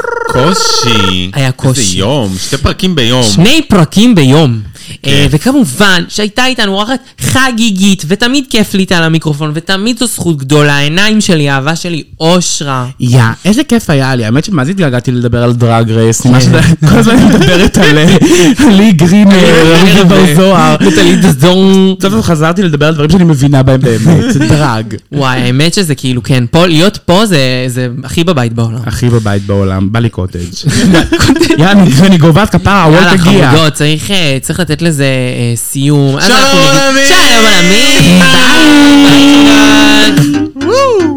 D: קושי.
B: היה קושי.
D: איזה יום, שתי פרקים ביום.
B: שני פרקים ביום. אה, וכמובן שהייתה איתנו אורחת חגיגית, ותמיד כיף לי איתה על המיקרופון, ותמיד זו זכות גדולה, העיניים שלי, האהבה שלי, אושרה.
C: יא, איזה כיף היה לי. האמת שמאז התגעגעתי לדבר על דרג רייס. מה שזה, כל הזמן אני מדברת על [laughs] אה, על לי גרינר, על לי בר זוהר.
B: נטלי דזון.
C: סוף סוף חזרתי לדבר על דברים שאני מבינה בהם באמת. [laughs] דרג.
B: וואי, האמת שזה כאילו, כן, פה, להיות פה זה, זה הכי בבית בעולם.
C: הכי בבית בעולם, בא לי קוטג'. [laughs] יא, אני- אני גובעת כפרה,
B: יאללה,
C: הוולט הגיע.
B: חמודות, צריך, אה, צריך לתת לזה אה, סיום. אז
D: שלום
B: אנחנו נגיד-
D: עולמי!
B: שלום עולמי! ביי! ביי!